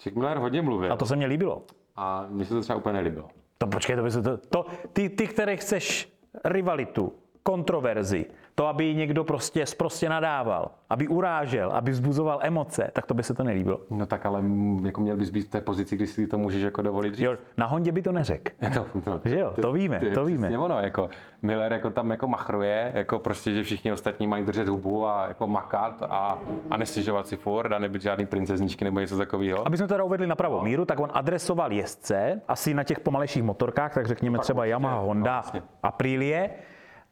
[SPEAKER 2] Jack Miller hodně mluvil.
[SPEAKER 1] a to se mně líbilo.
[SPEAKER 2] A mně se to třeba úplně nelíbilo.
[SPEAKER 1] To počkej, to by se to... to ty, ty, které chceš rivalitu, kontroverzi, to, aby někdo prostě sprostě nadával, aby urážel, aby vzbuzoval emoce, tak to by se to nelíbilo.
[SPEAKER 2] No tak ale mm, jako měl bys být v té pozici, kdy si to můžeš jako dovolit říct. Jako,
[SPEAKER 1] Jo, na Hondě by to neřekl.
[SPEAKER 2] To, to,
[SPEAKER 1] Že jo, to víme, to víme.
[SPEAKER 2] přesně ono, jako Miller jako tam jako machruje, jako prostě, že všichni ostatní mají držet hubu a jako makat a, a nestěžovat si furt a nebyt žádný princezničky nebo něco takového.
[SPEAKER 1] Aby jsme teda uvedli na pravou míru, tak on adresoval jezdce, asi na těch pomalejších motorkách, tak řekněme třeba Yamaha, Honda,
[SPEAKER 2] jasně.
[SPEAKER 1] Aprilie,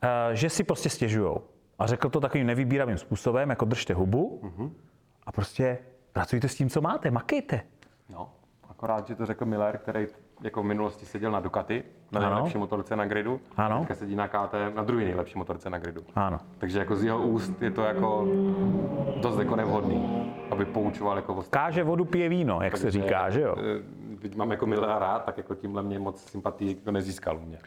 [SPEAKER 1] eh, že si prostě stěžujou. A řekl to takovým nevybíravým způsobem, jako držte hubu a prostě pracujte s tím, co máte, makejte.
[SPEAKER 2] No, akorát, že to řekl Miller, který jako v minulosti seděl na Ducati, na
[SPEAKER 1] Ano.
[SPEAKER 2] nejlepší motorce na gridu.
[SPEAKER 1] Ano.
[SPEAKER 2] Teďka sedí na KTM, na druhý nejlepší motorce na gridu.
[SPEAKER 1] Ano.
[SPEAKER 2] Takže jako z jeho úst je to jako dost jako nevhodný, aby poučoval jako ostatní.
[SPEAKER 1] Káže vodu, pije víno, jak se říká, že jo?
[SPEAKER 2] Eh, Byť mám jako Millera rád, tak jako tímhle mě moc sympatii to nezískal u mě.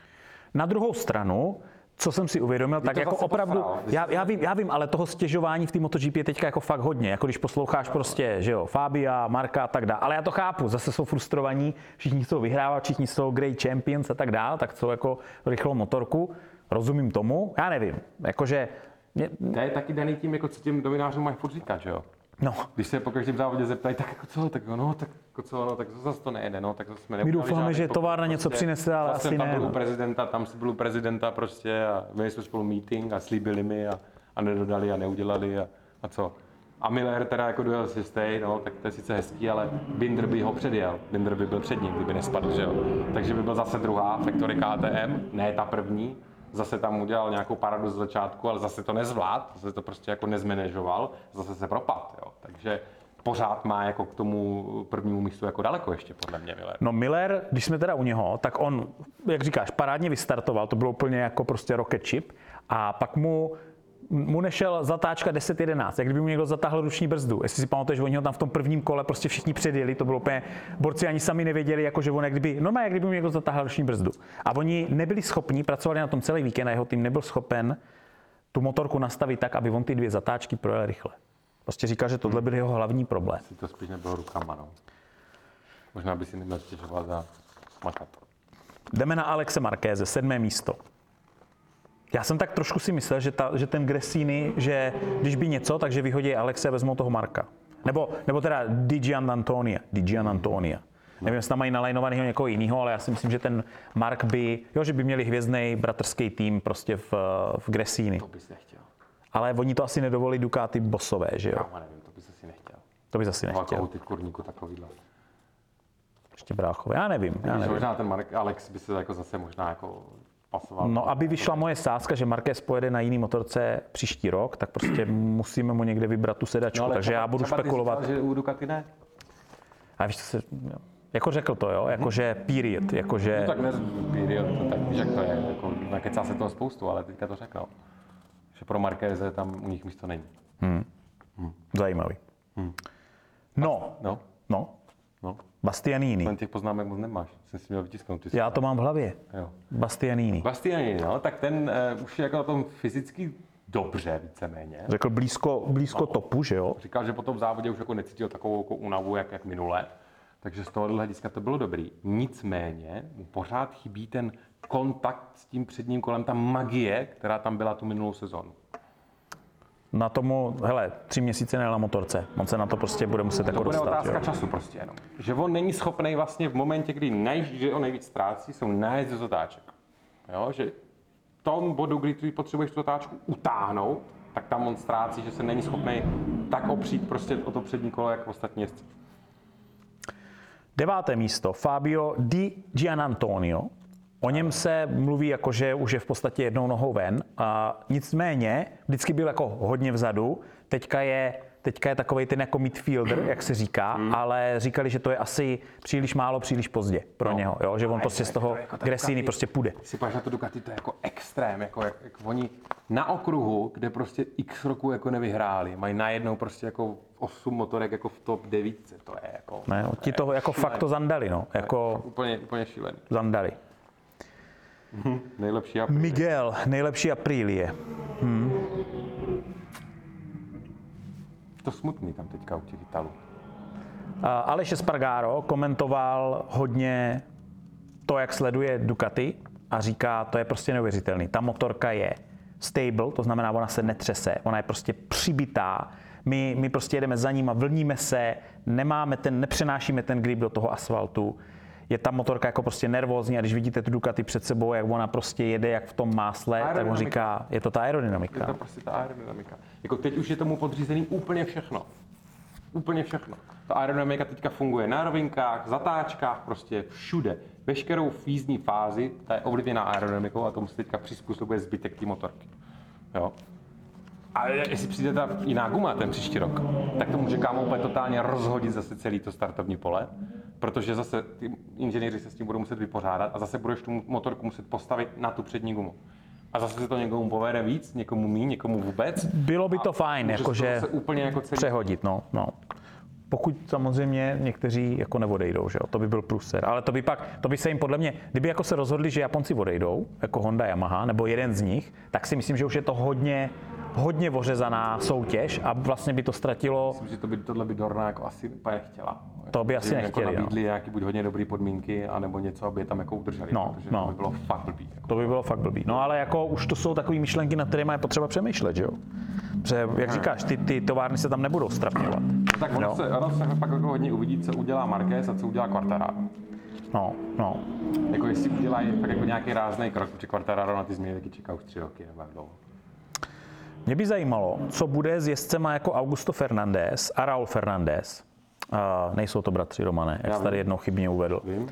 [SPEAKER 1] Na druhou stranu, co jsem si uvědomil, tak
[SPEAKER 2] to
[SPEAKER 1] jako
[SPEAKER 2] zase
[SPEAKER 1] opravdu,
[SPEAKER 2] posral. Vy
[SPEAKER 1] já, já, vím, já vím, ale toho stěžování v té MotoGP je teďka jako fakt hodně, jako když posloucháš prostě, že jo, Fabia, Marka a tak dále, ale já to chápu, zase jsou frustrovaní, všichni jsou vyhrávat, všichni jsou great champions a tak dále, tak jsou jako rychlou motorku, rozumím tomu, já nevím, jakože, mě,
[SPEAKER 2] To je taky daný tím, jako co těm dominářům mají furt říkat, že jo?
[SPEAKER 1] no,
[SPEAKER 2] Když se po každém závodě zeptají, tak jako co, tak jo, no, tak jako co, no, tak zase to nejde, no, tak zase jsme neudělali
[SPEAKER 1] doufáme,
[SPEAKER 2] žádný
[SPEAKER 1] že
[SPEAKER 2] pokrok, prostě
[SPEAKER 1] továrna něco přinese, ale
[SPEAKER 2] zase
[SPEAKER 1] asi
[SPEAKER 2] tam
[SPEAKER 1] ne,
[SPEAKER 2] Byl
[SPEAKER 1] no.
[SPEAKER 2] u prezidenta, tam si byl u prezidenta prostě a měli jsme spolu meeting a slíbili mi a, a nedodali a neudělali a, a co. A Miller teda jako dojel si stej, no, tak to je sice hezký, ale Binder by ho předjel. Binder by byl před ním, kdyby nespadl, že jo. Takže by byl zase druhá Factory KTM, ne ta první. Zase tam udělal nějakou paradu z začátku, ale zase to nezvlád, zase to prostě jako nezmanéžoval, zase se propad, jo. Takže pořád má jako k tomu prvnímu místu jako daleko ještě podle mě Miller.
[SPEAKER 1] No Miller, když jsme teda u něho, tak on, jak říkáš, parádně vystartoval, to bylo úplně jako prostě rocket chip a pak mu mu nešel zatáčka 10-11, jak kdyby mu někdo zatáhl ruční brzdu. Jestli si pamatuješ, oni ho tam v tom prvním kole prostě všichni předjeli, to bylo úplně, borci ani sami nevěděli, jako že on jak kdyby, normálně jak kdyby mu někdo zatáhl ruční brzdu. A oni nebyli schopni, pracovali na tom celý víkend a jeho tým nebyl schopen tu motorku nastavit tak, aby on ty dvě zatáčky projel rychle. Prostě říkal, že tohle byl jeho hlavní problém.
[SPEAKER 2] Si to spíš nebylo rukama, no. Možná by si neměl stěžovat a makat.
[SPEAKER 1] Jdeme na Alexe Markéze, sedmé místo. Já jsem tak trošku si myslel, že, ta, že ten Gressini, že když by něco, takže vyhodí Alexe a vezmou toho Marka. Nebo, nebo teda Digian Antonia. Digian Antonia. Nevím, jestli tam mají nalajnovaného někoho jiného, ale já si myslím, že ten Mark by, jo, že by měli hvězdný bratrský tým prostě v, v Gresíny.
[SPEAKER 2] To bys nechtěl.
[SPEAKER 1] Ale oni to asi nedovolí Ducati bosové, že jo?
[SPEAKER 2] Já nevím, to bys asi nechtěl. No, jako
[SPEAKER 1] To by zase
[SPEAKER 2] Velkou
[SPEAKER 1] nechtěl.
[SPEAKER 2] ty kurníku takovýhle.
[SPEAKER 1] Ještě bráchové. Já nevím, já
[SPEAKER 2] Víš,
[SPEAKER 1] nevím.
[SPEAKER 2] možná ten Marek Alex by se jako zase možná jako pasoval.
[SPEAKER 1] No, aby vyšla moje sázka, že Marquez pojede na jiný motorce příští rok, tak prostě musíme mu někde vybrat tu sedačku, no, takže já budu
[SPEAKER 2] Ty
[SPEAKER 1] spekulovat.
[SPEAKER 2] jsi říkal, že u Ducati ne?
[SPEAKER 1] A víš, co se, jako řekl to, jo, jakože period, jako, jakože...
[SPEAKER 2] Mhm. No Tak ne, period, tak víš, jak to je, jako, nakecá se toho spoustu, ale teďka to řekl, no. že pro Markéze tam u nich místo není.
[SPEAKER 1] Zajímavý.
[SPEAKER 2] Mhm.
[SPEAKER 1] No,
[SPEAKER 2] No,
[SPEAKER 1] no,
[SPEAKER 2] no,
[SPEAKER 1] Bastianini.
[SPEAKER 2] ten těch poznámek moc nemáš, jsem si měl vytisknout. Ty jsi-
[SPEAKER 1] Já to mám v hlavě.
[SPEAKER 2] Jo.
[SPEAKER 1] Bastianini.
[SPEAKER 2] Bastiani, no, tak ten uh, už je jako na tom fyzicky dobře víceméně.
[SPEAKER 1] Řekl blízko, blízko topu, že jo?
[SPEAKER 2] Říkal, že po tom závodě už jako necítil takovou jako únavu, jak, jak minule. Takže z tohohle hlediska to bylo dobrý. Nicméně mu pořád chybí ten kontakt s tím předním kolem, ta magie, která tam byla tu minulou sezonu.
[SPEAKER 1] Na tomu, hele, tři měsíce nejel na motorce. On se na to prostě bude muset jako
[SPEAKER 2] To bude
[SPEAKER 1] dostat,
[SPEAKER 2] otázka
[SPEAKER 1] jo?
[SPEAKER 2] času prostě jenom. Že on není schopný vlastně v momentě, kdy najíždí, že on nejvíc ztrácí, jsou nájezdy z otáček. Jo, že v tom bodu, kdy ty potřebuješ tu otáčku utáhnout, tak tam on ztrácí, že se není schopný tak opřít prostě o to přední kolo, jak ostatní jezdci.
[SPEAKER 1] Deváté místo, Fabio Di Gianantonio. O něm se mluví jako, že už je v podstatě jednou nohou ven. A nicméně, vždycky byl jako hodně vzadu. Teďka je, teďka je takový ten jako midfielder, jak se říká, ale říkali, že to je asi příliš málo, příliš pozdě pro
[SPEAKER 2] No.
[SPEAKER 1] něho. Jo? Že on prostě z toho
[SPEAKER 2] jako tak
[SPEAKER 1] Gresini
[SPEAKER 2] taky-
[SPEAKER 1] prostě půjde.
[SPEAKER 2] Když si páš na to Ducati, to je jako extrém, jako jak, jak oni na okruhu, kde prostě x roku jako nevyhráli, mají najednou prostě jako 8 motorek jako v top 9, to je jako
[SPEAKER 1] Ne, ti to jako fakt to zandali, no. Jako
[SPEAKER 2] úplně, úplně šílený.
[SPEAKER 1] zandali.
[SPEAKER 2] Nejlepší a
[SPEAKER 1] Miguel, nejlepší Aprilie.
[SPEAKER 2] to smutný tam teďka u těch Italů.
[SPEAKER 1] A Aleš Espargaro komentoval hodně to, jak sleduje Ducati a říká, to je prostě neuvěřitelný. Ta motorka je stable, to znamená, ona se netřese, ona je prostě přibitá. My, my prostě jedeme za ním a vlníme se, nemáme ten, nepřenášíme ten grip do toho asfaltu. Je ta motorka jako prostě nervózní a když vidíte tu Ducati před sebou, jak ona prostě jede jak v tom másle, tak on
[SPEAKER 2] Aerodynamika.
[SPEAKER 1] říká, je to ta
[SPEAKER 2] Je to
[SPEAKER 1] aerodynamika.
[SPEAKER 2] prostě ta aerodynamika. Jako teď už je tomu podřízený úplně všechno. Úplně všechno. Ta aerodynamika teďka funguje na rovinkách, zatáčkách, prostě všude. Veškerou fízní fázi, ta je ovlivněná aerodynamikou a tomu se teďka přizpůsobuje zbytek té motorky. Jo. A jestli přijde ta jiná guma ten příští rok, tak to může kámo úplně totálně rozhodit zase celý to startovní pole, protože zase ty inženýři se s tím budou muset vypořádat a zase budeš tu motorku muset postavit na tu přední gumu. A zase se to někomu povede víc, někomu míň, někomu vůbec.
[SPEAKER 1] Bylo by to fajn,
[SPEAKER 2] Může se to
[SPEAKER 1] jakože...
[SPEAKER 2] zase úplně jako celý
[SPEAKER 1] přehodit, no, no. Pokud samozřejmě někteří jako neodejdou, že jo? to by byl průser. Ale to by pak, to by se jim podle mě, kdyby jako se rozhodli, že Japonci odejdou, jako Honda, Yamaha, nebo jeden z nich, tak si myslím, že už je to hodně, hodně ořezaná soutěž a vlastně by to ztratilo
[SPEAKER 2] Myslím, že to by, tohle by Dorna jako asi úplně nechtěla.
[SPEAKER 1] To by
[SPEAKER 2] Že
[SPEAKER 1] asi
[SPEAKER 2] jim
[SPEAKER 1] nechtěli,
[SPEAKER 2] Jako
[SPEAKER 1] no.
[SPEAKER 2] nabídli nějaký buď hodně dobrý podmínky, anebo něco, aby je tam jako udrželi,
[SPEAKER 1] No,
[SPEAKER 2] protože
[SPEAKER 1] no.
[SPEAKER 2] to by bylo fakt blbý. Jako.
[SPEAKER 1] To by bylo fakt blbý. No ale jako už to jsou takové myšlenky, nad kterými je potřeba přemýšlet, že jo? Protože, jak říkáš, ty, ty továrny se tam nebudou strapňovat.
[SPEAKER 2] No Tak ono,
[SPEAKER 1] No.
[SPEAKER 2] se, ono se pak jako hodně uvidí, co udělá Marquez a co udělá Quartararo.
[SPEAKER 1] No, no.
[SPEAKER 2] Jako jestli udělají fakt jako nějaký rázný krok, protože Quartararo na ty změny taky čeká už tři roky nebo jak dlouho.
[SPEAKER 1] Mě by zajímalo, co bude s jezdcema jako Augusto Fernández a Raul Fernández. Uh, nejsou to bratři Romané, jak
[SPEAKER 2] Já
[SPEAKER 1] jsi tady
[SPEAKER 2] vím.
[SPEAKER 1] jednou chybně uvedl.
[SPEAKER 2] Vím,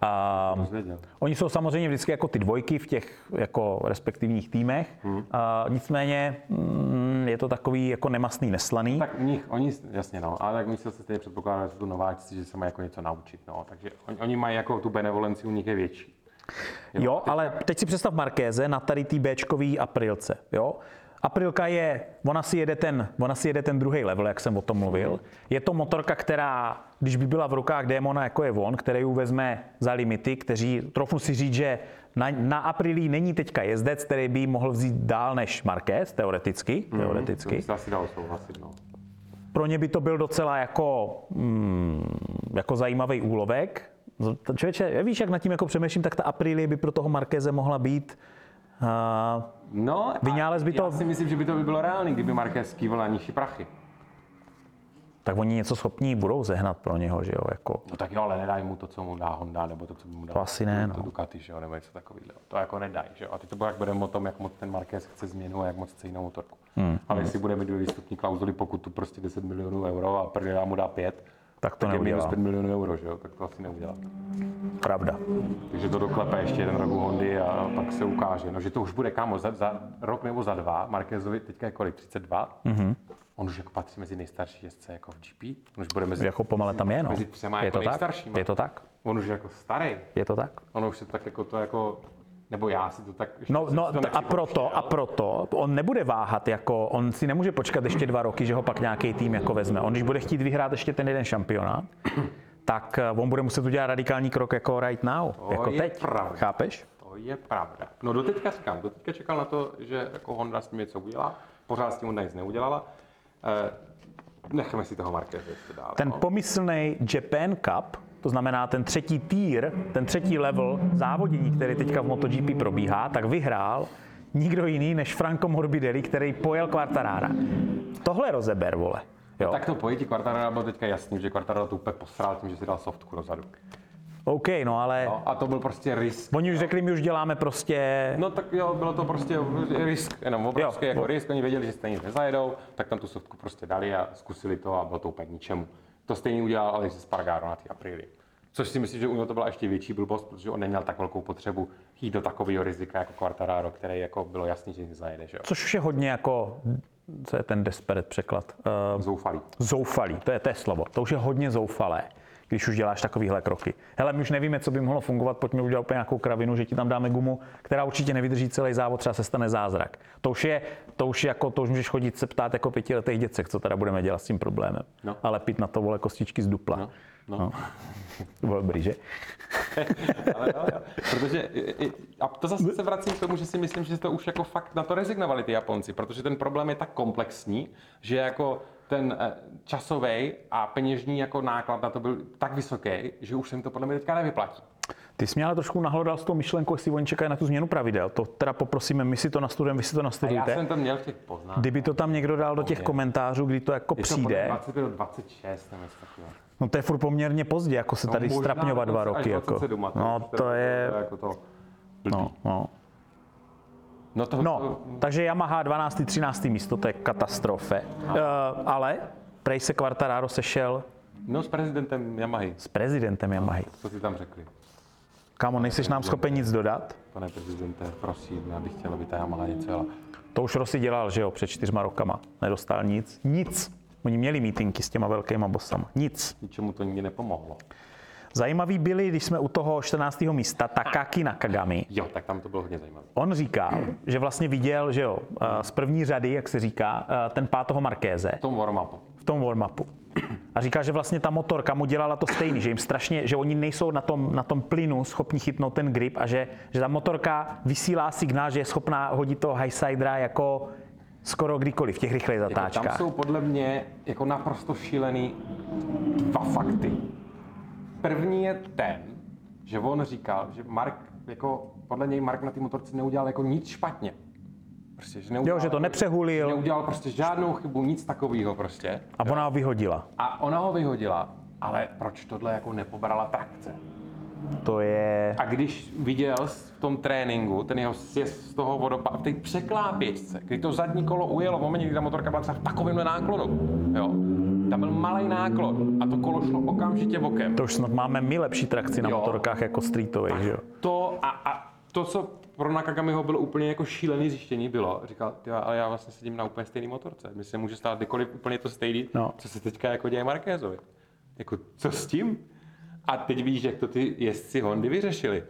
[SPEAKER 1] A
[SPEAKER 2] dozvěděl.
[SPEAKER 1] oni jsou samozřejmě vždycky jako ty dvojky v těch jako respektivních týmech.
[SPEAKER 2] Hmm.
[SPEAKER 1] A nicméně mm, je to takový jako nemastný, neslaný.
[SPEAKER 2] Tak u nich, oni, jasně no, ale tak my se stejně předpokládáme, že jsou to nováčci, že se mají jako něco naučit, no. Takže on, oni mají jako tu benevolenci, u nich je větší.
[SPEAKER 1] Jo, ale teď si představ Markéze na tady té Bčkový aprilce, jo. Aprilka je, ona si jede ten, ona si jede ten druhý level, jak jsem o tom mluvil. Je to motorka, která, když by byla v rukách démona, jako je on, který ji vezme za limity, kteří, trochu si říct, že na, na Aprilí není teďka jezdec, který by ji mohl vzít dál než Marquez, teoreticky,
[SPEAKER 2] To
[SPEAKER 1] teoreticky
[SPEAKER 2] by se asi dalo souhlasit, no.
[SPEAKER 1] pro ně by to byl docela jako, mm, jako zajímavý úlovek. To Člověče, já víš, jak nad tím jako přemýšlím, tak ta Aprilie by pro toho Markeze mohla být uh,
[SPEAKER 2] No, a
[SPEAKER 1] Vynález by to-
[SPEAKER 2] já si myslím, že by to by bylo reálný, kdyby Marquez kývil na nižší prachy.
[SPEAKER 1] tak oni něco schopní budou zehnat pro něho, že jo, jako.
[SPEAKER 2] No tak jo, ale nedají mu to, co mu dá Honda, nebo to, co by mu dá
[SPEAKER 1] To asi ne,
[SPEAKER 2] to
[SPEAKER 1] no.
[SPEAKER 2] Ducati, že jo, nebo něco takového. To jako nedají, že jo. A ty to bude, jak budeme o tom, jak moc ten Marquez chce změnu a jak moc chce jinou motorku. Hmm. Ale jestli bude mít dvě výstupní klauzuly, pokud tu prostě 10 milionů euro a prdela mu dá 5,
[SPEAKER 1] Tak to
[SPEAKER 2] tak je
[SPEAKER 1] neudělá.
[SPEAKER 2] minus 5 milionů euro, že jo, tak to asi neudělá.
[SPEAKER 1] Pravda.
[SPEAKER 2] Takže to doklepe ještě jeden rok u Hondy a pak se ukáže. No, že to už bude kámo, za, za rok nebo za dva. Marquezovi teďka je kolik? 32?
[SPEAKER 1] Mhm.
[SPEAKER 2] Mm-hmm. On už jako patří mezi nejstarší jezdce jako v GP. On už bude mezi,
[SPEAKER 1] Jako pomale tam je, no.
[SPEAKER 2] mezi třema
[SPEAKER 1] Je
[SPEAKER 2] jako
[SPEAKER 1] to tak?
[SPEAKER 2] nejstaršíma.
[SPEAKER 1] Je to tak?
[SPEAKER 2] On už je jako starý.
[SPEAKER 1] Je to tak?
[SPEAKER 2] Ono už se tak jako to jako, nebo já si to tak... ještě
[SPEAKER 1] No,
[SPEAKER 2] jsem
[SPEAKER 1] no
[SPEAKER 2] si to
[SPEAKER 1] t- a
[SPEAKER 2] nepřipouštěl.
[SPEAKER 1] proto, a proto on nebude váhat, jako on si nemůže počkat ještě dva roky, že ho pak nějaký tým jako vezme. On když bude chtít vyhrát ještě ten jeden šampionát, tak eh, on bude muset udělat radikální krok jako right now, to jako
[SPEAKER 2] je
[SPEAKER 1] teď.
[SPEAKER 2] pravda.
[SPEAKER 1] Chápeš?
[SPEAKER 2] To je pravda. No doteďka říkám, doteďka čekal na to, že jako Honda s tím něco udělá. Pořád s tím Honda nic neudělala. Eh, necháme si toho Marqueze ještě dál.
[SPEAKER 1] Ten
[SPEAKER 2] no.
[SPEAKER 1] pomyslný Japan Cup, to znamená ten třetí tier, ten třetí level závodění, který teďka v MotoGP probíhá, tak vyhrál nikdo jiný než Franco Morbidelli, který pojel Quartarara. Tohle rozeber, vole. Jo.
[SPEAKER 2] No Tak to pojetí Quartarara bylo teďka jasný, že Quartararo to úplně posral tím, že si dal softku dozadu.
[SPEAKER 1] OK, no ale...
[SPEAKER 2] No, a to byl prostě risk.
[SPEAKER 1] Oni už řekli, my už děláme prostě
[SPEAKER 2] No tak jo, bylo to prostě risk, jenom obrovský
[SPEAKER 1] Jo.
[SPEAKER 2] jako risk, oni věděli, že stejně nezajedou, tak tam tu softku prostě dali a zkusili to a bylo to úplně k ničemu. To stejně udělal Alex Spargaro na té apríli. Což si myslím, že u něho to byla ještě větší blbost, protože on neměl tak velkou potřebu jít do takového rizika jako Quartararo, který jako bylo jasný, že nezajede, že jo.
[SPEAKER 1] Což už je hodně jako, co je ten desperate překlad? Uh,
[SPEAKER 2] Zoufalý.
[SPEAKER 1] zoufalý, to je, to je slovo. To už je hodně zoufalé, když už děláš takovéhle kroky. Hele, my už nevíme, co by mohlo fungovat, pojďme udělat úplně nějakou kravinu, že ti tam dáme gumu, která určitě nevydrží celý závod, třeba se stane zázrak. To už je, to už je jako, to už můžeš chodit se ptát jako pětiletých děcek, co teda budeme dělat s tím problémem.
[SPEAKER 2] No.
[SPEAKER 1] Ale pít na to vole kostičky z dupla. No.
[SPEAKER 2] no.
[SPEAKER 1] To bylo dobrý, že?
[SPEAKER 2] Ale jo, jo. Protože, i- i- a to zase se vracím k tomu, že si myslím, že to už jako fakt na to rezignovali ty Japonci, protože ten problém je tak komplexní, že jako ten časový a peněžní jako náklad na to byl tak vysoký, že už se jim to podle mě teďka nevyplatí.
[SPEAKER 1] Ty jsi mě ale trošku nahlodal s tou myšlenkou, jestli oni čekají na tu změnu pravidel. To teda poprosíme, my si to nastudujeme, vy si to
[SPEAKER 2] A já
[SPEAKER 1] nastudujte.
[SPEAKER 2] jsem to měl v těch poznámkách.
[SPEAKER 1] Kdyby to tam někdo dal do těch komentářů, kdy to jako
[SPEAKER 2] Je to podle
[SPEAKER 1] přijde,
[SPEAKER 2] 25 do 26 nebo něco takového.
[SPEAKER 1] no to je furt poměrně pozdě, jako se tady
[SPEAKER 2] No, možná
[SPEAKER 1] strapňovat dva
[SPEAKER 2] dokonce až
[SPEAKER 1] roky. Jako.
[SPEAKER 2] 27 a to
[SPEAKER 1] No
[SPEAKER 2] už
[SPEAKER 1] to je,
[SPEAKER 2] Jako to,
[SPEAKER 1] no, no.
[SPEAKER 2] no, to,
[SPEAKER 1] no, takže Yamaha 12. 13. místo, to je katastrofe. Uh, ale prej se Quartararo sešel
[SPEAKER 2] no, s prezidentem Yamahy,
[SPEAKER 1] s prezidentem Yamahy.
[SPEAKER 2] co si tam řekli?
[SPEAKER 1] Kámo, nejsiš nám schopen nic dodat?
[SPEAKER 2] Pane prezidente, prosím, já bych chtěl, aby ta Yamaha něco jela.
[SPEAKER 1] To už Rossi dělal, že jo, před čtyřma rokama. Nedostal nic. Nic. Oni měli mítinky s těma velkýma bosama. Nic.
[SPEAKER 2] Ničemu to nikdy nepomohlo.
[SPEAKER 1] Zajímavý byli, když jsme u toho 14. místa, Takaki Nakagami.
[SPEAKER 2] Jo, tak tam to bylo hodně zajímavé.
[SPEAKER 1] On říká, že vlastně viděl, že jo, eh, z první řady, jak se říká, eh, ten pátého Markéze
[SPEAKER 2] V tom warm-upu.
[SPEAKER 1] v tom warm-upu. A říká, že vlastně ta motorka mu dělala to stejný, že jim strašně, že oni nejsou na tom, na tom plynu schopni chytnout ten grip a že, že ta motorka vysílá signál, že je schopná hodit toho highsidera jako skoro kdykoliv v těch rychlejch
[SPEAKER 2] Jako Tam
[SPEAKER 1] zatáčkách.
[SPEAKER 2] jsou podle mě jako naprosto šílený dva fakty. První je ten, že on říkal, že Mark, jako podle něj Mark na té motorce neudělal jako nic špatně. Prostě, že neudělal,
[SPEAKER 1] Jo, že to
[SPEAKER 2] jako-
[SPEAKER 1] nepřehulil.
[SPEAKER 2] Neudělal prostě žádnou chybu, nic takového prostě.
[SPEAKER 1] A ona ho vyhodila.
[SPEAKER 2] A ona ho vyhodila, ale proč tohle jako nepobrala trakce?
[SPEAKER 1] To je...
[SPEAKER 2] A když viděl s- v tom tréninku ten jeho sjezd z toho vodopádu, v té překlápěčce, kdy to zadní kolo ujelo v momentě, kdy ta motorka byla třeba v takovémhle náklonu, jo, tam byl malý náklon a to kolo šlo okamžitě vokem.
[SPEAKER 1] To už snad máme my lepší trakci na
[SPEAKER 2] Jo.
[SPEAKER 1] motorkách jako streetových, že jo?
[SPEAKER 2] To a, a to, co pro Nakagamiho bylo úplně jako šílený zjištění, bylo, říkal, "Ty jo, ale já vlastně sedím na úplně stejné motorce, mi se může stát kdykoliv úplně to stejný,
[SPEAKER 1] No.
[SPEAKER 2] no. co se teďka jako děje Markézovi. Jako, co s tím? A teď víš, jak to ty jezdci Hondy vyřešili.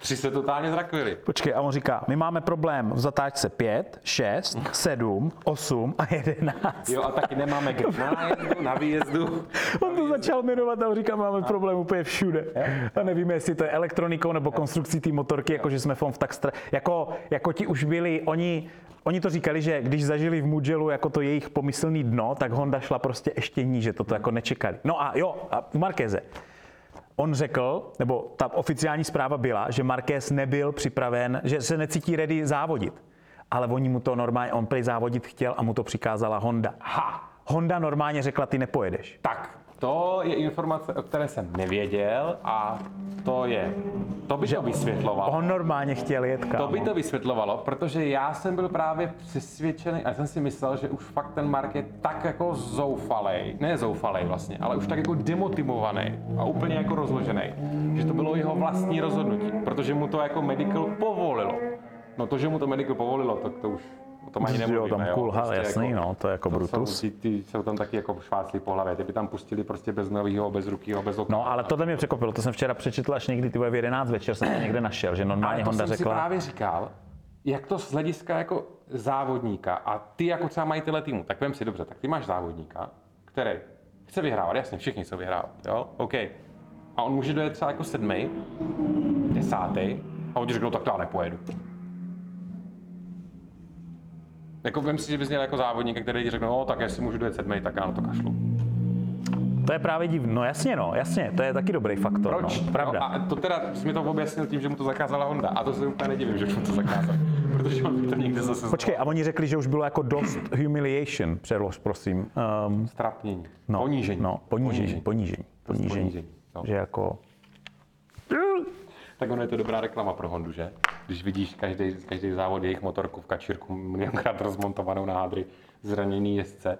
[SPEAKER 2] Tři se totálně zrakvili.
[SPEAKER 1] Počkej, a on říká, my máme problém v zatáčce 5, 6, 7, 8 a 11.
[SPEAKER 2] Jo, a taky nemáme grip na nájezdu, na výjezdu.
[SPEAKER 1] On to začal jmenovat a on říká, máme problém úplně všude. A nevíme, jestli to je elektronikou nebo konstrukcí té motorky, jako že jsme fond v tak stra... jako, jako ti už byli, oni, oni to říkali, že když zažili v Mugellu jako to jejich pomyslný dno, tak Honda šla prostě ještě níže, toto jako nečekali. No a jo, a u Markéze. On řekl, nebo ta oficiální zpráva byla, že Marquez nebyl připraven, že se necítí ready závodit. Ale oni mu to normálně, on prej závodit chtěl a mu to přikázala Honda. Ha! Honda normálně řekla, ty nepojedeš.
[SPEAKER 2] Tak, to je informace, o které jsem nevěděl a to je, to by to vysvětlovalo.
[SPEAKER 1] On normálně chtěl jet, kámo.
[SPEAKER 2] To by to vysvětlovalo, protože já jsem byl právě přesvědčený a jsem si myslel, že už fakt ten Mark je tak jako zoufalej, ne zoufalej vlastně, ale už tak jako demotivovaný a úplně jako rozložený, že to bylo jeho vlastní rozhodnutí, protože mu to jako medical povolilo. No to, že mu to medical povolilo, tak to už o tom ani
[SPEAKER 1] Jo,
[SPEAKER 2] nemluvíme. Prostě
[SPEAKER 1] tam kulhal, jasný, no, to je jako Brutus.
[SPEAKER 2] Jsou, ty, ty, jsou tam taky jako šváclí po hlavě, ty by tam pustili prostě bez novýho, bez rukýho, bez okna.
[SPEAKER 1] No, ale tohle mě překvapilo, to jsem včera přečetl až někdy ty vole, v 11 večer jsem to někde našel, že normálně
[SPEAKER 2] Ale to
[SPEAKER 1] Honda
[SPEAKER 2] jsem si
[SPEAKER 1] řekla.
[SPEAKER 2] právě říkal, jak to z hlediska jako závodníka a ty jako třeba majitele týmu, tak vem si dobře, tak ty máš závodníka, který chce vyhrávat, jasně, všichni chcou vyhrávat, jo, OK. A on může dojet třeba jako sedmý, desátý, a oni řeknou, tak to já nepojedu. Jako vem si, že bys měl jako závodníka, který ti řekne, no tak jestli můžu dojet sedmý, tak já na to kašlu.
[SPEAKER 1] To je právě divno, no jasně no, jasně, to je taky dobrý faktor,
[SPEAKER 2] Proč?
[SPEAKER 1] no, pravda.
[SPEAKER 2] No, a to teda jsi mi to objasnil tím, že mu to zakázala Honda. A to se úplně nedivím, že mu to zakázal. Protože on by to někde zase
[SPEAKER 1] Počkej, a oni řekli, že už bylo jako dost humiliation, přelož, prosím. Um,
[SPEAKER 2] Strapnění.
[SPEAKER 1] no,
[SPEAKER 2] ponížení.
[SPEAKER 1] No, ponížení, ponížení, ponížení.
[SPEAKER 2] ponížení, no.
[SPEAKER 1] Že jako,
[SPEAKER 2] Tak ono je to dobrá reklama pro Hondu, že? Když vidíš každý, každý závod jejich motorku v kačírku milionkrát rozmontovanou na hádry, zraněný jezdce.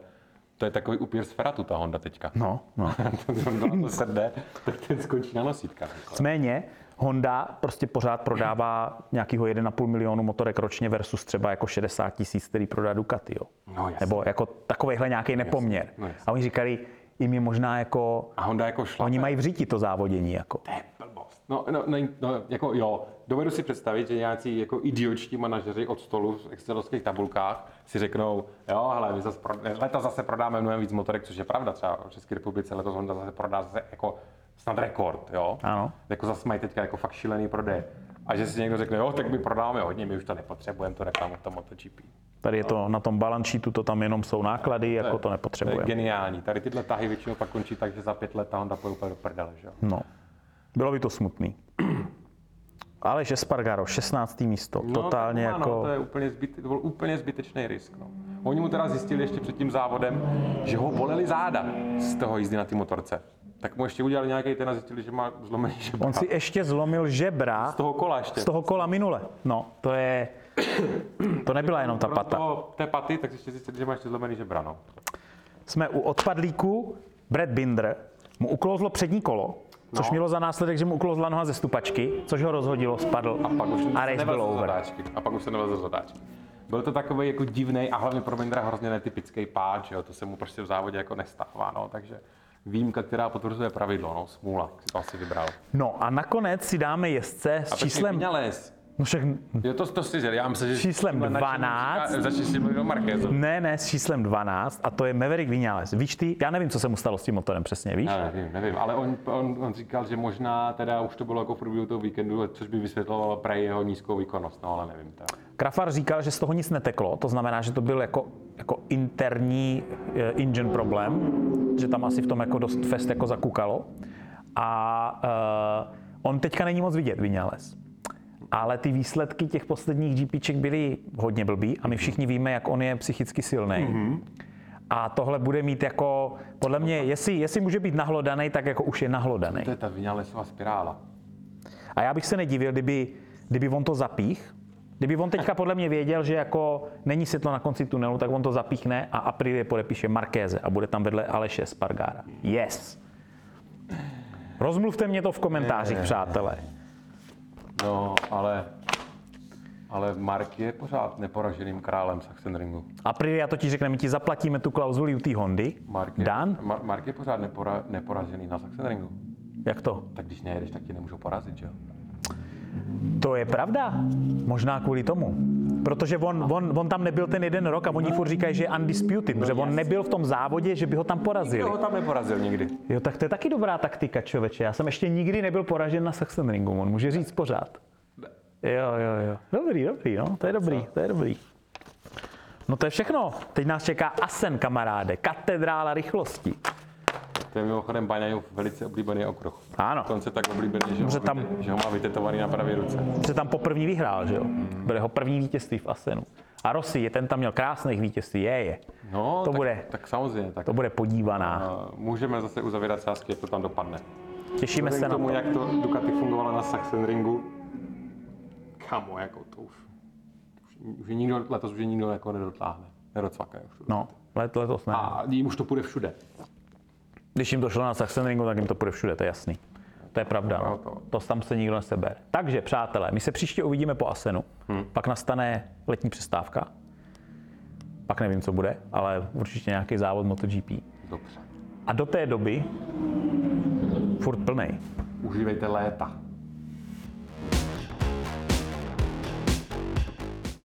[SPEAKER 2] To je takový upír z feratu, ta Honda teďka.
[SPEAKER 1] no, no.
[SPEAKER 2] to, to, to srdé, tak ten skončí na nosítkách. jako.
[SPEAKER 1] Nicméně Honda prostě pořád prodává nějakýho 1,5 milionu motorek ročně versus třeba jako 60 tisíc, který prodá Ducati, jo.
[SPEAKER 2] No, jasně.
[SPEAKER 1] Nebo jako takovejhle nějaký nepoměr.
[SPEAKER 2] no jasně.
[SPEAKER 1] A oni říkali, jim je možná jako,
[SPEAKER 2] A Honda jako šla.
[SPEAKER 1] oni mají v říti to závodění, jako.
[SPEAKER 2] To je blbost. No, no, no, no, jako jo, dovedu si představit, že nějací jako idiočtí manažeři od stolu v excelovských tabulkách si řeknou, jo, hele, my zase pro, letos zase prodáme mnohem víc motorek, což je pravda, třeba v České republice letos Honda zase prodá zase jako snad rekord, jo.
[SPEAKER 1] Ano.
[SPEAKER 2] Jako zase mají teďka jako fakt šílený prodej. A že si někdo řekne, jo, tak my prodáme hodně, my už to nepotřebujeme, to reklamu v tom MotoGP.
[SPEAKER 1] Tady je to na tom balance sheetu, to tam jenom jsou náklady, jako to
[SPEAKER 2] To je
[SPEAKER 1] nepotřebujeme.
[SPEAKER 2] geniální. Tady tyhle tahy většinou pak končí tak, že za pět let ta Honda půjde úplně do prdele, že jo.
[SPEAKER 1] No, bylo by to smutný. Ale že Spargaro, 16. místo,
[SPEAKER 2] No,
[SPEAKER 1] totálně
[SPEAKER 2] tak má,
[SPEAKER 1] jako...
[SPEAKER 2] No, to, je úplně zbyte, to byl úplně zbytečný risk. No. Oni mu teda zjistili ještě před tím závodem, že ho boleli záda z toho jízdy na té motorce. Tak mu ještě udělali nějaký ten a zjistili, že má zlomený žebra.
[SPEAKER 1] On si ještě zlomil žebra
[SPEAKER 2] Z toho kola ještě.
[SPEAKER 1] z toho kola minule. No, to je... To nebyla jenom ta
[SPEAKER 2] Krom
[SPEAKER 1] pata.
[SPEAKER 2] Toho, té paty, tak ještě zjistili, že má ještě zlomený žebra. No.
[SPEAKER 1] Jsme u odpadlíku. Brad Binder mu uklouzlo přední kolo, což
[SPEAKER 2] No.
[SPEAKER 1] mělo za následek, že mu uklouzla noha ze stupačky, což ho rozhodilo, spadl
[SPEAKER 2] A pak už
[SPEAKER 1] a race byl
[SPEAKER 2] nevezl
[SPEAKER 1] over.
[SPEAKER 2] zatáčky. A pak už se nevezl zatáčky. Byl to takový jako divný a hlavně pro Mindra hrozně netypický pád, že jo? to se mu prostě v závodě jako nestává, no, takže výjimka, která potvrzuje pravidlo, no, smůla, si to asi vybral.
[SPEAKER 1] No a nakonec si dáme jezdce s
[SPEAKER 2] A
[SPEAKER 1] číslem...
[SPEAKER 2] Vinales,
[SPEAKER 1] No však...
[SPEAKER 2] Jo, to, to si říkal, já myslím, že...
[SPEAKER 1] Číslem
[SPEAKER 2] tímhle nadšeným
[SPEAKER 1] 12.
[SPEAKER 2] Říká, začne si mluvit o Markézu.
[SPEAKER 1] Ne, ne, s číslem 12 a to je Maverick Vinales. Víš ty, já nevím, co se mu stalo s tím motorem přesně, víš?
[SPEAKER 2] Já nevím, nevím, ale on, on, on, říkal, že možná teda už to bylo jako v průběhu toho víkendu, což by vysvětlovalo prej jeho nízkou výkonnost, no ale nevím. To.
[SPEAKER 1] Krafar říkal, že z toho nic neteklo, to znamená, že to byl jako, jako interní eh, engine problém, že tam asi v tom jako dost fest jako zakukalo. A uh, on teďka není moc vidět, Vinales. Ale ty výsledky těch posledních GPček byly hodně blbý a my všichni víme, jak on je psychicky silný. Mm-hmm. A tohle bude mít jako, podle mě, jestli, jestli může být nahlodaný, tak jako už je nahlodaný.
[SPEAKER 2] to je ta Vinalesová spirála.
[SPEAKER 1] A já bych se nedivil, kdyby, kdyby on to zapích. Kdyby on teďka podle mě věděl, že jako není světlo na konci tunelu, tak on to zapíchne a Aprilie podepíše Markéze a bude tam vedle Aleše Spargára. Yes! Rozmluvte mě to v komentářích, přátelé.
[SPEAKER 2] No, ale... Ale Mark je pořád neporaženým králem Sachsenringu.
[SPEAKER 1] Aprilia totiž řekne, my ti zaplatíme tu klauzuli u té Hondy.
[SPEAKER 2] Mark je,
[SPEAKER 1] Dan?
[SPEAKER 2] Mar- Mark je pořád nepora, neporažený na Sachsenringu.
[SPEAKER 1] Jak to?
[SPEAKER 2] Tak když nejedeš, tak ti nemůžou porazit, že jo?
[SPEAKER 1] To je pravda. Možná kvůli tomu. Protože on, on, on tam nebyl ten jeden rok a oni furt říkají, že je undisputed, že on nebyl v tom závodě, že by ho tam porazili.
[SPEAKER 2] Kdo ho tam neporazil nikdy?
[SPEAKER 1] Jo, tak to je taky dobrá taktika, člověče. Já jsem ještě nikdy nebyl poražen na Sachsenringu, on může říct pořád. Jo, jo, jo. Dobrý, dobrý, no, to je dobrý, to je dobrý. No to je všechno. Teď nás čeká Asen, kamaráde. Katedrála rychlosti.
[SPEAKER 2] To je mimochodem Baňajův velice oblíbený okruh.
[SPEAKER 1] Ano.
[SPEAKER 2] Dokonce tak oblíbený,
[SPEAKER 1] No.
[SPEAKER 2] že,
[SPEAKER 1] Dobře,
[SPEAKER 2] ho,
[SPEAKER 1] tam-
[SPEAKER 2] tam... že ho má vytetovaný na pravé ruce.
[SPEAKER 1] Se tam poprvní vyhrál, že jo? Bude ho první vítězství v Asenu. A Rossi, je ten tam měl krásných vítězství, je, je.
[SPEAKER 2] No,
[SPEAKER 1] To
[SPEAKER 2] tak,
[SPEAKER 1] bude.
[SPEAKER 2] Tak samozřejmě, tak
[SPEAKER 1] To bude podívaná.
[SPEAKER 2] eh, můžeme zase uzavírat sázky, jak to tam dopadne.
[SPEAKER 1] Těšíme se
[SPEAKER 2] Vzhledem k
[SPEAKER 1] na
[SPEAKER 2] tomu,
[SPEAKER 1] to.
[SPEAKER 2] jak to Ducati fungovalo na Sachsenringu, kamo, jako to už, už, už je nikdo, letos už je nikdo jako nedotáhne, nedocvakne už. to.
[SPEAKER 1] No, let, letos ne.
[SPEAKER 2] A jim už to půjde všude.
[SPEAKER 1] Když jim to šlo na Sachsenringu, tak jim to půjde všude, to je jasný. To je pravda, no. to tam se nikdo nesebere. Takže přátelé, my se příště uvidíme po Asenu, hmm. pak nastane letní přestávka, pak nevím, co bude, ale určitě nějaký závod MotoGP.
[SPEAKER 2] Dobře.
[SPEAKER 1] A do té doby furt plnej.
[SPEAKER 2] Užívejte léta.